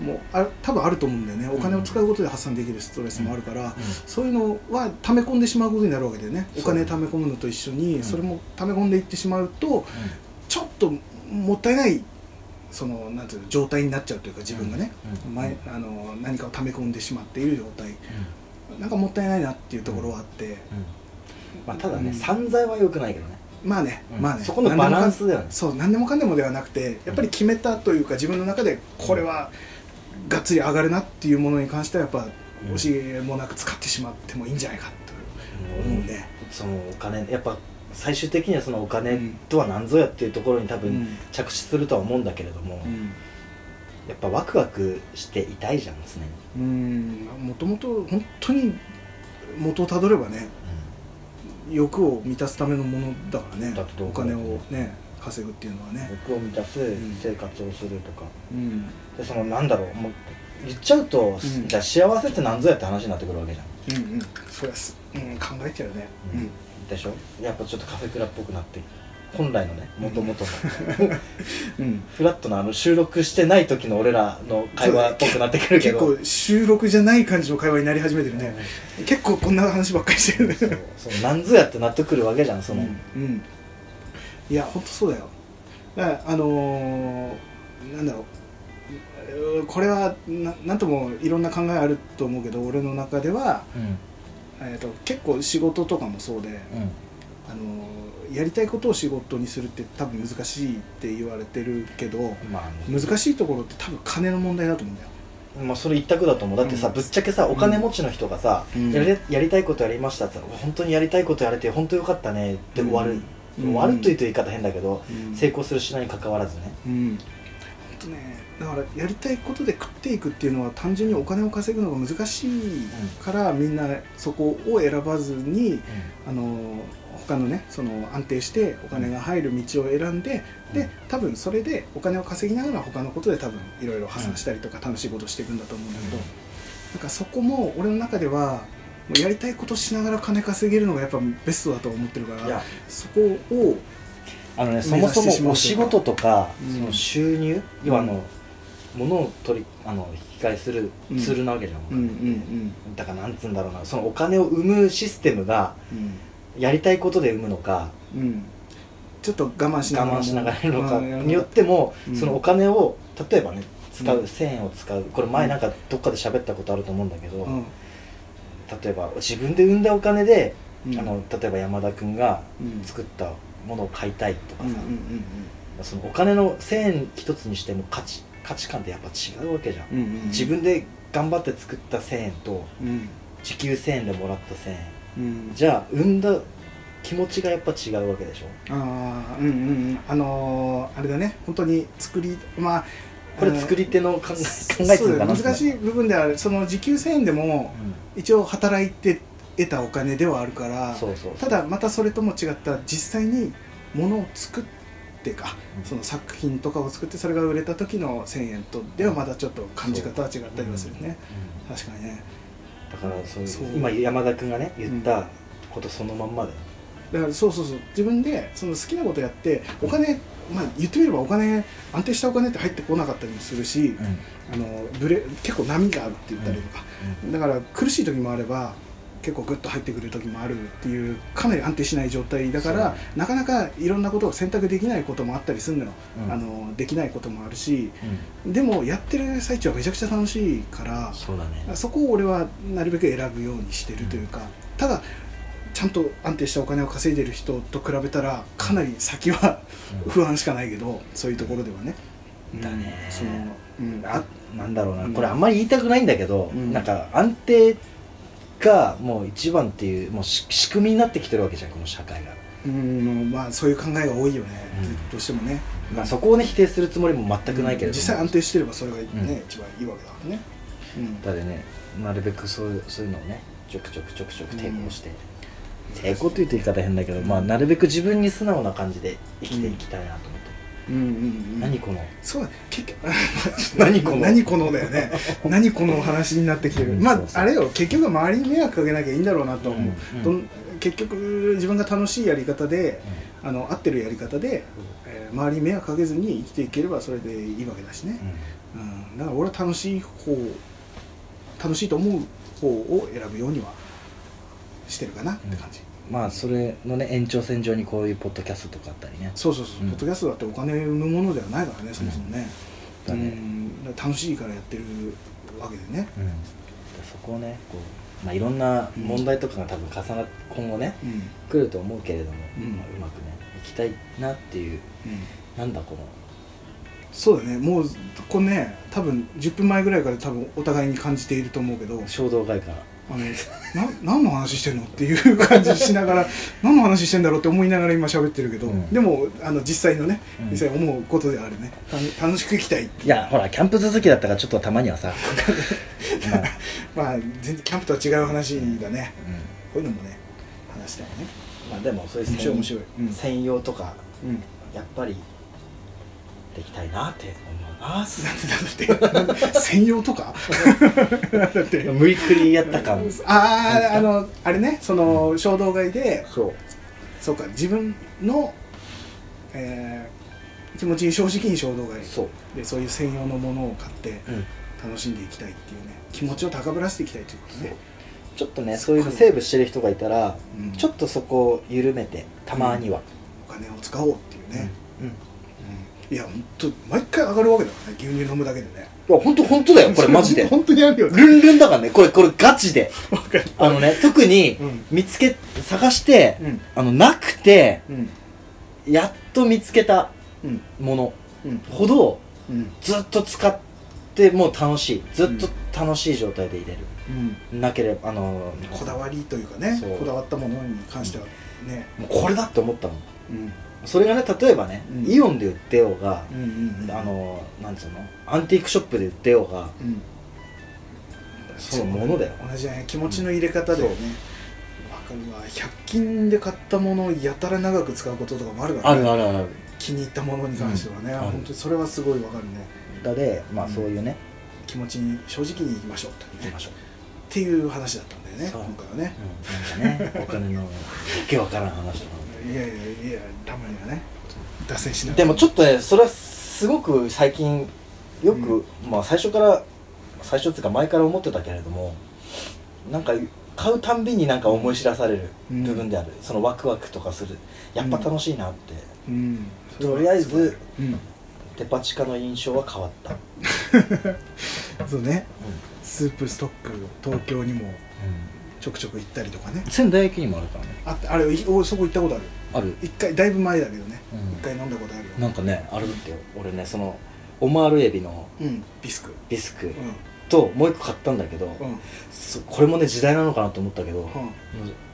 [SPEAKER 1] もうあ多分あると思うんだよねお金を使うことで発散できるストレスもあるから、そういうのは溜め込んでしまうことになるわけだよねお
[SPEAKER 2] そう
[SPEAKER 1] 金溜め込むのと一緒に、
[SPEAKER 2] うん
[SPEAKER 1] それも溜め込んでいってしまうとちょっともったいないそのなんていうの状態になっちゃうというか自分がね、
[SPEAKER 2] うん
[SPEAKER 1] 前あの何かを溜め込んでしまっている状態なんかもったいないなっていうところはあって、
[SPEAKER 2] まあ、ただね、
[SPEAKER 1] うん
[SPEAKER 2] 散財は良くないけどね、
[SPEAKER 1] まあね、まあね
[SPEAKER 2] そこのバラ
[SPEAKER 1] 何でも
[SPEAKER 2] ン
[SPEAKER 1] か
[SPEAKER 2] スだよ
[SPEAKER 1] ん
[SPEAKER 2] ね
[SPEAKER 1] そう何でもかんでもではなくてやっぱり決めたというか自分の中でこれはがっつり上がるなっていうものに関してはやっぱ
[SPEAKER 2] うん
[SPEAKER 1] 惜しげもなく使ってしまってもいいんじゃないかと思う
[SPEAKER 2] うん
[SPEAKER 1] ね、
[SPEAKER 2] そのお金やっぱ最終的にはそのお金とは何ぞやっていうところに多
[SPEAKER 1] う
[SPEAKER 2] 分
[SPEAKER 1] ん
[SPEAKER 2] 着地するとは思うんだけれども、
[SPEAKER 1] うん
[SPEAKER 2] やっぱワクワクしていたいじゃん常に、
[SPEAKER 1] うんもともと本当に元をたどればね欲を満たすためのものだからね
[SPEAKER 2] だってど
[SPEAKER 1] お
[SPEAKER 2] う考えて
[SPEAKER 1] 金を
[SPEAKER 2] も
[SPEAKER 1] ね稼ぐっていうのはね、
[SPEAKER 2] 欲を満たす
[SPEAKER 1] ん
[SPEAKER 2] 生活をするとか、
[SPEAKER 1] うん
[SPEAKER 2] でそのなんだろうもう言っちゃうと、
[SPEAKER 1] ん
[SPEAKER 2] じゃあ幸せって何ぞやって話になってくるわけじゃん
[SPEAKER 1] うんうんそうやす、うん、考えちゃうね、
[SPEAKER 2] う
[SPEAKER 1] うんん
[SPEAKER 2] でしょやっぱちょっとカフェクラっぽくなって本来のねもと もとの
[SPEAKER 1] うん、
[SPEAKER 2] フラットなあの収録してない時の俺らの会話っぽくなってくる
[SPEAKER 1] 結
[SPEAKER 2] けど
[SPEAKER 1] 構収録じゃない感じの会話になり始めてるね、結構こんな話ばっかりしてるね
[SPEAKER 2] そうそうなんぞやってなってくるわけじゃんその、
[SPEAKER 1] うん、うんいや本当そうだよだからあのーなんだろううーこれはななんともいろんな考えあると思うけど俺の中では、
[SPEAKER 2] うん
[SPEAKER 1] えー、と結構仕事とかもそうで、
[SPEAKER 2] うん
[SPEAKER 1] あのーやりたいことを仕事にするって多分難しいって言われてるけど
[SPEAKER 2] まああの
[SPEAKER 1] 難しいところって多分金の問題だと思うんだよ
[SPEAKER 2] まあ、それ一択だと思うだってさ、
[SPEAKER 1] うん
[SPEAKER 2] ぶっちゃけさお金持ちの人がさ、
[SPEAKER 1] うん
[SPEAKER 2] やりやりたいことやりましたってさ本当にやりたいことやれて本当よかったねって終わる、
[SPEAKER 1] うん
[SPEAKER 2] 終わるというと言い方変だけど、
[SPEAKER 1] うん
[SPEAKER 2] 成功するしないに関わらずね
[SPEAKER 1] うん、ほんとねだからやりたいことで食っていくっていうのは単純にお金を稼ぐのが難しいから、みんなそこを選ばずにあの他のねその安定してお金が入る道を選んで、
[SPEAKER 2] うん
[SPEAKER 1] で多分それでお金を稼ぎながら他のことで多分いろいろ破産したりとか楽しいことしていくんだと思うんだけど、なんかそこも俺の中ではもうやりたいことしながら金稼げるのがやっぱベストだと思ってるか
[SPEAKER 2] い
[SPEAKER 1] ら
[SPEAKER 2] や
[SPEAKER 1] そこを
[SPEAKER 2] あのね、そ
[SPEAKER 1] 目
[SPEAKER 2] も
[SPEAKER 1] 指
[SPEAKER 2] そ
[SPEAKER 1] してし
[SPEAKER 2] も
[SPEAKER 1] ま
[SPEAKER 2] お
[SPEAKER 1] うというか
[SPEAKER 2] 仕事とか、
[SPEAKER 1] うん
[SPEAKER 2] その収入、要はあの、物を取り、あの、引き換えする
[SPEAKER 1] うん
[SPEAKER 2] ツールなわけじゃん。
[SPEAKER 1] うんうん
[SPEAKER 2] だから、なんつうんだろうな、そのお金を生むシステムが、
[SPEAKER 1] うん
[SPEAKER 2] やりたいことで生むのか、
[SPEAKER 1] うん、ちょっと我慢しながら
[SPEAKER 2] 我慢しながらやるのか
[SPEAKER 1] うん
[SPEAKER 2] によっても、
[SPEAKER 1] うん
[SPEAKER 2] そのお金を、例えばね、使う、
[SPEAKER 1] うん
[SPEAKER 2] 1000円を使う、これ前なんかどっかで喋ったことあると思うんだけど、
[SPEAKER 1] うん
[SPEAKER 2] 例えば自分で生んだお金で、
[SPEAKER 1] うん
[SPEAKER 2] あの、例えば山田君が
[SPEAKER 1] うん
[SPEAKER 2] 作ったものを買いたいとか
[SPEAKER 1] うん
[SPEAKER 2] さ、
[SPEAKER 1] うん
[SPEAKER 2] そのお金の1000円一つにしても価値価値観ってやっぱ違うわけじゃん、
[SPEAKER 1] うんうんうん
[SPEAKER 2] 自分で頑張って作った1000円と
[SPEAKER 1] うん
[SPEAKER 2] 時給1000円でもらった1000円
[SPEAKER 1] うん
[SPEAKER 2] じゃあ産んだ気持ちがやっぱ違うわけでしょ
[SPEAKER 1] あーうんうんうんあのーあれだね本当に作りまあ
[SPEAKER 2] これ作
[SPEAKER 1] り
[SPEAKER 2] り手の考え考え
[SPEAKER 1] そう
[SPEAKER 2] てるのかな
[SPEAKER 1] 難し
[SPEAKER 2] い、
[SPEAKER 1] い部分ではあるその時給1000円でも一応働いて得たお金ではあるから
[SPEAKER 2] そうそう
[SPEAKER 1] ただまたそれとも違った実際に物を作ってか
[SPEAKER 2] うん
[SPEAKER 1] その作品とかを作ってそれが売れた時の1000円とではまだちょっと感じ方は違ったりはするね、
[SPEAKER 2] う
[SPEAKER 1] 確かにね
[SPEAKER 2] んだからそう
[SPEAKER 1] そう
[SPEAKER 2] いう今山田君がね言ったことそのまんまで、
[SPEAKER 1] だからそうそうそう自分でその好きなことやってお金まあ言ってみればお金安定したお金って入ってこなかったりもするし、あのブレ結構波があるって言ったりとか、だから苦しい時もあれば結構グッと入ってくる時もあるっていうかなり安定しない状態だからなかなかいろんなことを選択できないこともあったりするのよ、
[SPEAKER 2] うん
[SPEAKER 1] あのできないこともあるし
[SPEAKER 2] うん
[SPEAKER 1] でもやってる最中はめちゃくちゃ楽しいから
[SPEAKER 2] そうだね
[SPEAKER 1] そこを俺はなるべく選ぶようにしてるというか、ただちゃんと安定したお金を稼いでる人と比べたらかなり先は不安しかないけどそういうところではね。
[SPEAKER 2] だね
[SPEAKER 1] そのうん、あ
[SPEAKER 2] あなんだろうな、
[SPEAKER 1] うん
[SPEAKER 2] これあんまり言いたくないんだけど、
[SPEAKER 1] うん
[SPEAKER 2] なんか安定がもう一番っていうもうし仕組みになってきてるわけじゃんこの社会が、
[SPEAKER 1] うんまあそういう考えが多いよね、
[SPEAKER 2] うん
[SPEAKER 1] どうしてもね
[SPEAKER 2] まあ、そこをね否定するつもりも全くないけれども、
[SPEAKER 1] 実際安定してればそれがね、
[SPEAKER 2] うん
[SPEAKER 1] 一番いいわけだからね、うん
[SPEAKER 2] だでねなるべくそういうそういうのをねちょくちょくちょくちょく抵抗して、抵抗というと言い方変だけど、まあ、なるべく自分に素直な感じで生きていきたいなと思って、
[SPEAKER 1] うんうんう
[SPEAKER 2] 何
[SPEAKER 1] ん
[SPEAKER 2] この
[SPEAKER 1] そうだ結局
[SPEAKER 2] 何この
[SPEAKER 1] 何このだよ ね何このお話になってきてる、
[SPEAKER 2] うん
[SPEAKER 1] まあ
[SPEAKER 2] そうそう
[SPEAKER 1] あれよ結局周りに迷惑かけなきゃいいんだろうなと思う、
[SPEAKER 2] うんうん
[SPEAKER 1] どん結局自分が楽しいやり方であの合ってるやり方で、えー周りに迷惑かけずに生きていければそれでいいわけだしね、うん、だから俺は楽しい方楽しいと思う方を選ぶようにはしてるかなって感じ、
[SPEAKER 2] まあそれのね延長線上にこういうポッドキャストとかあったりね
[SPEAKER 1] そうそうそう、
[SPEAKER 2] うん
[SPEAKER 1] ポッドキャストだってお金生むものではないからねそもそもね,、う
[SPEAKER 2] だ
[SPEAKER 1] ん
[SPEAKER 2] ね
[SPEAKER 1] だから楽しいからやってるわけでね、
[SPEAKER 2] うん、そこをねこう、まあ、いろんな問題とかが多分重なっ今後ね
[SPEAKER 1] うんうん、
[SPEAKER 2] 来ると思うけれども、
[SPEAKER 1] うん
[SPEAKER 2] まあうまくねいきたいなっていうなんだこの
[SPEAKER 1] そうだねもうこれね多分10分前ぐらいから多分お互いに感じていると思うけど
[SPEAKER 2] 衝動買いから
[SPEAKER 1] あのな何の話してんのっていう感じしながら 何の話してんだろうって思いながら今喋ってるけど、
[SPEAKER 2] うん
[SPEAKER 1] でもあの実際のね
[SPEAKER 2] うん
[SPEAKER 1] 実際思うことではあるねた楽しく生きたい
[SPEAKER 2] いやほらキャンプ続きだったからちょっとたまには さ、まあ
[SPEAKER 1] まあ全然キャンプとは違う話だね
[SPEAKER 2] う
[SPEAKER 1] こういうのもね話したいね
[SPEAKER 2] んまあでもそういう
[SPEAKER 1] 面白い面白い、うん
[SPEAKER 2] 専用とか
[SPEAKER 1] うん
[SPEAKER 2] やっぱりできたいなって思います
[SPEAKER 1] なんだって専用と かなんだって
[SPEAKER 2] 無理くりやった感
[SPEAKER 1] あああのあれねその衝動買いで
[SPEAKER 2] そう
[SPEAKER 1] そうか自分の、えー気持ちに正直に衝動買い
[SPEAKER 2] そう、
[SPEAKER 1] でそういう専用のものを買って
[SPEAKER 2] うん、
[SPEAKER 1] 楽しんでいきたいっていうね気持ちを高ぶらせていきたいということね
[SPEAKER 2] ちょっとねそういうのセーブしてる人がいたら
[SPEAKER 1] うん
[SPEAKER 2] ちょっとそこを緩めてたまには、
[SPEAKER 1] お金を使おうっていうね、
[SPEAKER 2] うん、い
[SPEAKER 1] うんいや本当毎回上がるわけだからね牛乳飲むだけでね
[SPEAKER 2] や本当本当だよこれマジ で
[SPEAKER 1] 本当にあるよね
[SPEAKER 2] ルンルンだからねこれこれガチで
[SPEAKER 1] わかる
[SPEAKER 2] あのね特に
[SPEAKER 1] うん
[SPEAKER 2] 見つけ探して
[SPEAKER 1] うん
[SPEAKER 2] あのなくて
[SPEAKER 1] うん
[SPEAKER 2] やっと見つけた
[SPEAKER 1] うん
[SPEAKER 2] もの
[SPEAKER 1] うん
[SPEAKER 2] ほど
[SPEAKER 1] うん
[SPEAKER 2] ずっと使ってもう楽しいずっと楽しい状態でいれる、
[SPEAKER 1] うん
[SPEAKER 2] なければあの
[SPEAKER 1] こだわりというかね
[SPEAKER 2] そう
[SPEAKER 1] こだわったものに関してはね
[SPEAKER 2] もうこれだって思ったもん
[SPEAKER 1] うん
[SPEAKER 2] それがね例えばね、
[SPEAKER 1] うん
[SPEAKER 2] イオンで売ってようが、
[SPEAKER 1] うんうん
[SPEAKER 2] あのなんつうのアンティークショップで売ってようが
[SPEAKER 1] うん
[SPEAKER 2] そのものだよ
[SPEAKER 1] 同じだね気持ちの入れ方だよねわかるわ100均で買ったものをやたら長く使うこととかもあるから
[SPEAKER 2] あ
[SPEAKER 1] ね
[SPEAKER 2] るあるあるある
[SPEAKER 1] 気に入ったものに関してはね
[SPEAKER 2] うんある
[SPEAKER 1] 本当にそれはすごいわかるね
[SPEAKER 2] だでまあ
[SPEAKER 1] うん
[SPEAKER 2] そういうね、
[SPEAKER 1] 気持ちに正直にいきましょうと
[SPEAKER 2] 行きましょう、
[SPEAKER 1] っていう話だったんだよね
[SPEAKER 2] そう
[SPEAKER 1] 今回はね
[SPEAKER 2] うん、なんかねお金のわけわからん話とか
[SPEAKER 1] いやいやいやたまにはね脱線しなが
[SPEAKER 2] で
[SPEAKER 1] ら
[SPEAKER 2] もちょっとねそれはすごく最近よく、
[SPEAKER 1] う
[SPEAKER 2] まあ最初から最初っていうか前から思ってたけれどもなんか買うたんびになんか思い知らされる
[SPEAKER 1] うん
[SPEAKER 2] 部分である、そのワクワクとかするやっぱ楽しいなって、
[SPEAKER 1] うん
[SPEAKER 2] とりあえず
[SPEAKER 1] うん
[SPEAKER 2] デパ地下の印象は変わった、うん
[SPEAKER 1] そうねスープストック東京にもちょくちょく行ったりとかね
[SPEAKER 2] 仙台駅にもあるからね
[SPEAKER 1] あってあれいおそこ行ったことある
[SPEAKER 2] ある、
[SPEAKER 1] 一回だいぶ前だけどね一
[SPEAKER 2] う
[SPEAKER 1] 回飲んだことあるよ
[SPEAKER 2] ん、なんかねあるってよ俺ねそのオマールエビの
[SPEAKER 1] うんビスク
[SPEAKER 2] ビスク
[SPEAKER 1] う
[SPEAKER 2] ともう一個買ったんだけど、
[SPEAKER 1] んうん
[SPEAKER 2] そこれもね時代なのかなと思ったけど、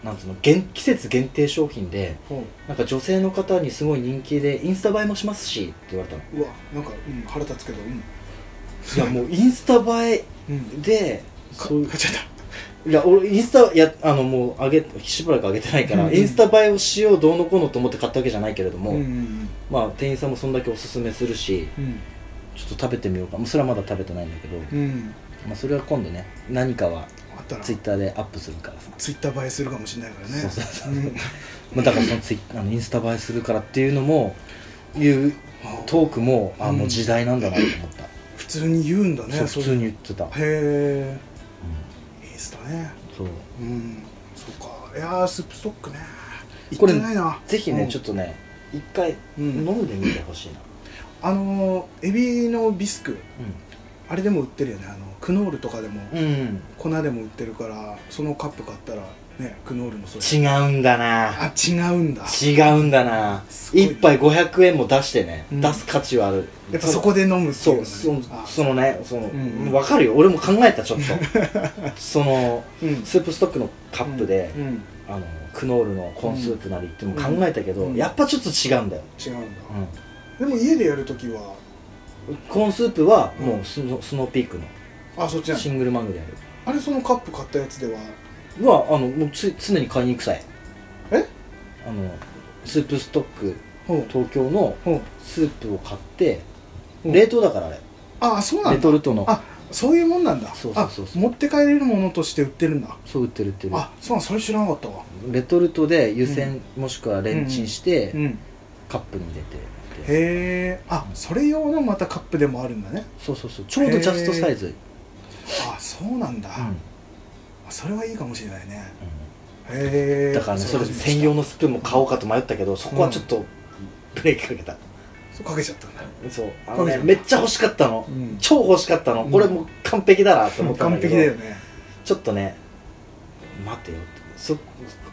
[SPEAKER 2] なんつうの限季節限定商品で
[SPEAKER 1] うん
[SPEAKER 2] なんか女性の方にすごい人気でインスタ映えもしますしって言われたの
[SPEAKER 1] うわなんかうん腹立つけどうん
[SPEAKER 2] いやもうインスタ映え
[SPEAKER 1] うん
[SPEAKER 2] で
[SPEAKER 1] か
[SPEAKER 2] そういう
[SPEAKER 1] 買っちゃっ
[SPEAKER 2] いや俺インスタやあのもう上げしばらく上げてないから、
[SPEAKER 1] うん
[SPEAKER 2] インスタ映えをしようどうのこうのと思って買ったわけじゃないけれども、
[SPEAKER 1] うんうん
[SPEAKER 2] まあ店員さんもそんだけおすすめするし
[SPEAKER 1] うん
[SPEAKER 2] ちょっと食べてみようかまあそれはまだ食べてないんだけど、
[SPEAKER 1] うん
[SPEAKER 2] まあ、それは今度ね何かは
[SPEAKER 1] あったら
[SPEAKER 2] ツイッターでアップするからさ、
[SPEAKER 1] ツイッター映えするかもしれないからね
[SPEAKER 2] そうそうそう、
[SPEAKER 1] うん
[SPEAKER 2] まあ、だからそのツイ あのインスタ映えするからっていうのもいうトークもあ
[SPEAKER 1] うん
[SPEAKER 2] もう時代なんだなと思った、
[SPEAKER 1] 普通に言うんだね
[SPEAKER 2] そう
[SPEAKER 1] そ
[SPEAKER 2] 普
[SPEAKER 1] れ
[SPEAKER 2] 通に言ってた、うん
[SPEAKER 1] へえいいっすね
[SPEAKER 2] そう
[SPEAKER 1] うんそうかいやースープストックね行
[SPEAKER 2] こ
[SPEAKER 1] っ
[SPEAKER 2] れ
[SPEAKER 1] てないな
[SPEAKER 2] ぜひね、ちょ
[SPEAKER 1] っ
[SPEAKER 2] っとね一回
[SPEAKER 1] と、う
[SPEAKER 2] 飲
[SPEAKER 1] ん、
[SPEAKER 2] んでみてほしいな、
[SPEAKER 1] あのーエビのビスクあれでも売ってるよねあのクノールとかでも、
[SPEAKER 2] うん、うん、
[SPEAKER 1] 粉でも売ってるからそのカップ買ったらねクノールのそれ
[SPEAKER 2] 違うんだな
[SPEAKER 1] あ違うんだ
[SPEAKER 2] 違うんだな
[SPEAKER 1] すごい
[SPEAKER 2] 一杯500円も出してね、
[SPEAKER 1] うん
[SPEAKER 2] 出す価値はある
[SPEAKER 1] やっぱそこで飲むってい、
[SPEAKER 2] そうう
[SPEAKER 1] ね、
[SPEAKER 2] そ
[SPEAKER 1] あ
[SPEAKER 2] そのねその、
[SPEAKER 1] うん
[SPEAKER 2] 分かるよ俺も考えたちょっ とその
[SPEAKER 1] うん
[SPEAKER 2] スープストックのカップで、
[SPEAKER 1] うんうん
[SPEAKER 2] あのクノールのコーンスープなりっても考えたけど、
[SPEAKER 1] うん
[SPEAKER 2] やっぱちょっと違うんだよ、
[SPEAKER 1] 違うんだ、でも家でやるときは
[SPEAKER 2] コーンスープは
[SPEAKER 1] うん
[SPEAKER 2] もうスノ,、スノーピークの
[SPEAKER 1] あそっちなの
[SPEAKER 2] シングルマングでやる
[SPEAKER 1] あれそのカップ買ったやつでは
[SPEAKER 2] はあのもうつ常に買いに行くさえ
[SPEAKER 1] え
[SPEAKER 2] あのスープストック
[SPEAKER 1] ほう
[SPEAKER 2] 東京の
[SPEAKER 1] ほう
[SPEAKER 2] スープを買って
[SPEAKER 1] うん
[SPEAKER 2] 冷凍だからあれ
[SPEAKER 1] あそうな
[SPEAKER 2] レ
[SPEAKER 1] んだ
[SPEAKER 2] トルトの
[SPEAKER 1] あそういうもんなんだ
[SPEAKER 2] そうそうそうそう
[SPEAKER 1] あ持って帰れるものとして売ってるんだ
[SPEAKER 2] そう売ってる売ってる
[SPEAKER 1] あそうなんそれ知らなかったわ
[SPEAKER 2] レトルトで湯煎、もしくはレンチンして、
[SPEAKER 1] うん
[SPEAKER 2] カップに入れて
[SPEAKER 1] へえあそれ用のまたカップでもあるんだね
[SPEAKER 2] そうそうそうちょうどジャストサイズ、
[SPEAKER 1] あそうなんだ、
[SPEAKER 2] うん
[SPEAKER 1] それはいいかもしれないね
[SPEAKER 2] うん
[SPEAKER 1] へえ
[SPEAKER 2] だからねそれ専用のスプーンも買おうかと迷ったけどそこはちょっとブレーキかけた、
[SPEAKER 1] そうかけちゃったんだ
[SPEAKER 2] そうあの
[SPEAKER 1] かけ
[SPEAKER 2] ね
[SPEAKER 1] た
[SPEAKER 2] めっちゃ欲しかったの
[SPEAKER 1] うん
[SPEAKER 2] 超欲しかったの、
[SPEAKER 1] うん
[SPEAKER 2] これもう完璧だなと思ったん
[SPEAKER 1] 完
[SPEAKER 2] だけ
[SPEAKER 1] 璧だ
[SPEAKER 2] ど
[SPEAKER 1] よね
[SPEAKER 2] ちょっとね待てよってそ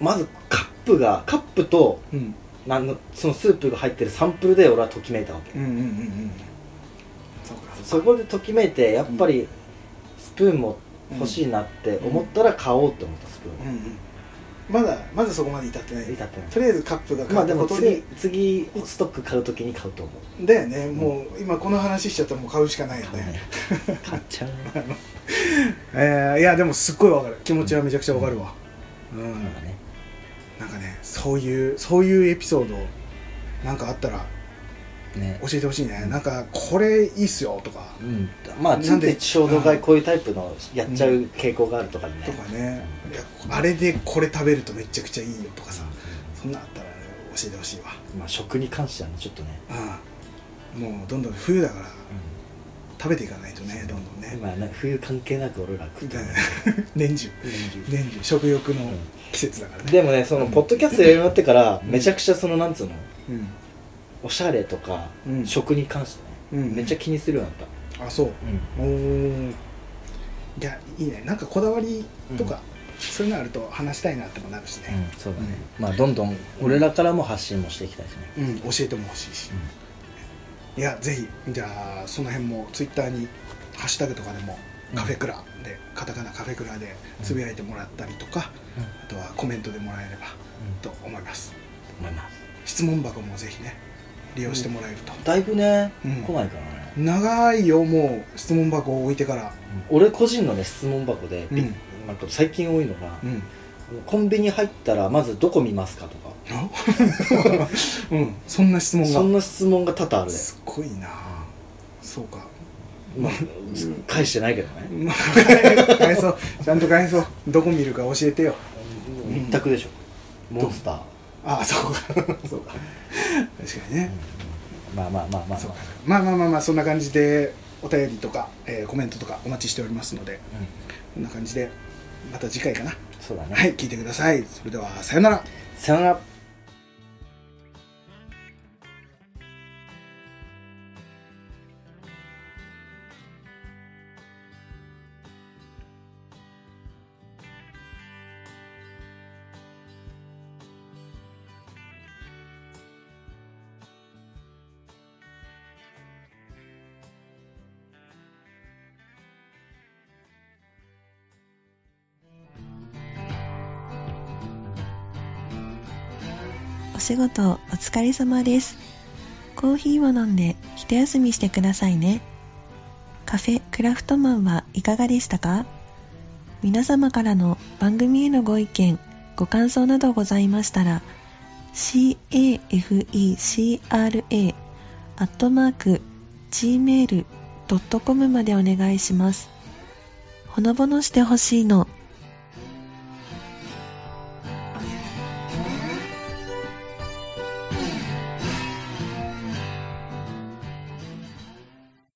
[SPEAKER 2] まずカップがカップと
[SPEAKER 1] うん
[SPEAKER 2] なんのそのスープが入ってるサンプルで俺はときめいたわけ、
[SPEAKER 1] うんうんうんうんそうか
[SPEAKER 2] そこでときめいてやっぱりスプーンも欲しいなって思ったら買おうって思ったスプーン
[SPEAKER 1] う
[SPEAKER 2] を
[SPEAKER 1] ん、うんまだまだそこまで至ってない
[SPEAKER 2] 至ってない
[SPEAKER 1] とりあえずカップが
[SPEAKER 2] ま
[SPEAKER 1] 買
[SPEAKER 2] あ
[SPEAKER 1] っ
[SPEAKER 2] で
[SPEAKER 1] た
[SPEAKER 2] も
[SPEAKER 1] こと
[SPEAKER 2] 次
[SPEAKER 1] に
[SPEAKER 2] 次ストック買うときに買うと思う
[SPEAKER 1] だよねもう今この話しちゃったらもう買うしかないよ
[SPEAKER 2] 買う
[SPEAKER 1] ね
[SPEAKER 2] ね 買っちゃうね
[SPEAKER 1] えーいやでもすっごいわかる気持ちはめちゃくちゃわかるわうん
[SPEAKER 2] なんかね
[SPEAKER 1] なんかねそういうそういうエピソードなんかあったら
[SPEAKER 2] ね
[SPEAKER 1] 教えてほしいねなんかこれいいっすよとか
[SPEAKER 2] うん、まあつ
[SPEAKER 1] なん
[SPEAKER 2] い
[SPEAKER 1] で
[SPEAKER 2] 衝動買いこういうタイプのやっちゃう傾向があるとかね、
[SPEAKER 1] とかねいやあれでこれ食べるとめちゃくちゃいいよとかさそんなんあったらね教えてほしいわ
[SPEAKER 2] まあ食に関してはねちょっとね、
[SPEAKER 1] うんもうどんどん冬だから食べていかないとねどんどんね
[SPEAKER 2] 今はね冬関係なく俺ら食ってる、
[SPEAKER 1] 年中年中食欲の季節だからね
[SPEAKER 2] でもねそのポッドキャストやるようになってからめちゃくちゃそのなんつうの
[SPEAKER 1] うん
[SPEAKER 2] おしゃれとか、
[SPEAKER 1] うん
[SPEAKER 2] 食に関してね、
[SPEAKER 1] うん
[SPEAKER 2] めっちゃ気にするようになっ
[SPEAKER 1] あそう
[SPEAKER 2] た、うん
[SPEAKER 1] おーいやいいねなんかこだわりとか、そういうのあると話したいなってもなるしね、
[SPEAKER 2] そうだね、まあどんどん俺らからも発信もしていきたいしね、
[SPEAKER 1] うん教えても欲しいし、いやぜひじゃあその辺もツイッターにハッシュタグとかでも
[SPEAKER 2] うん
[SPEAKER 1] カフェクラで、カタカナカフェクラでつぶやいてもらったりとか、
[SPEAKER 2] うん
[SPEAKER 1] あとはコメントでもらえればと思います
[SPEAKER 2] 思います
[SPEAKER 1] 質問箱もぜひね利用してもらえると、
[SPEAKER 2] だいぶね、
[SPEAKER 1] うん
[SPEAKER 2] 来ないからね
[SPEAKER 1] 長いよもう質問箱を置いてから
[SPEAKER 2] 俺個人のね質問箱で、びっ
[SPEAKER 1] うん
[SPEAKER 2] なんか最近多いのが、
[SPEAKER 1] うん
[SPEAKER 2] コンビニ入ったらまずどこ見ますかとか
[SPEAKER 1] あ うんそんな質問が
[SPEAKER 2] そんな質問が多々あるね、
[SPEAKER 1] すごいなあそうか
[SPEAKER 2] まあ、返してないけどね
[SPEAKER 1] まあ返そうちゃんと返そうどこ見るか教えてよん
[SPEAKER 2] 一択でしょモンスター
[SPEAKER 1] ああそうか そうか確かにね、
[SPEAKER 2] まあまあまあまあ
[SPEAKER 1] そうかまあまあまあまあそんな感じでお便りとか、えーコメントとかお待ちしておりますのでこ
[SPEAKER 2] うん
[SPEAKER 1] んな感じでまた次回かな
[SPEAKER 2] そうだね、
[SPEAKER 1] はい聞いてくださいそれではさよなら
[SPEAKER 2] さよなら
[SPEAKER 3] お仕事お疲れ様です。コーヒーを飲んで一休みしてくださいね。カフェクラフトマンはいかがでしたか皆様からの番組へのご意見、ご感想などございましたら、cafecra アットマーク gmail.com までお願いします。ほのぼのしてほしいの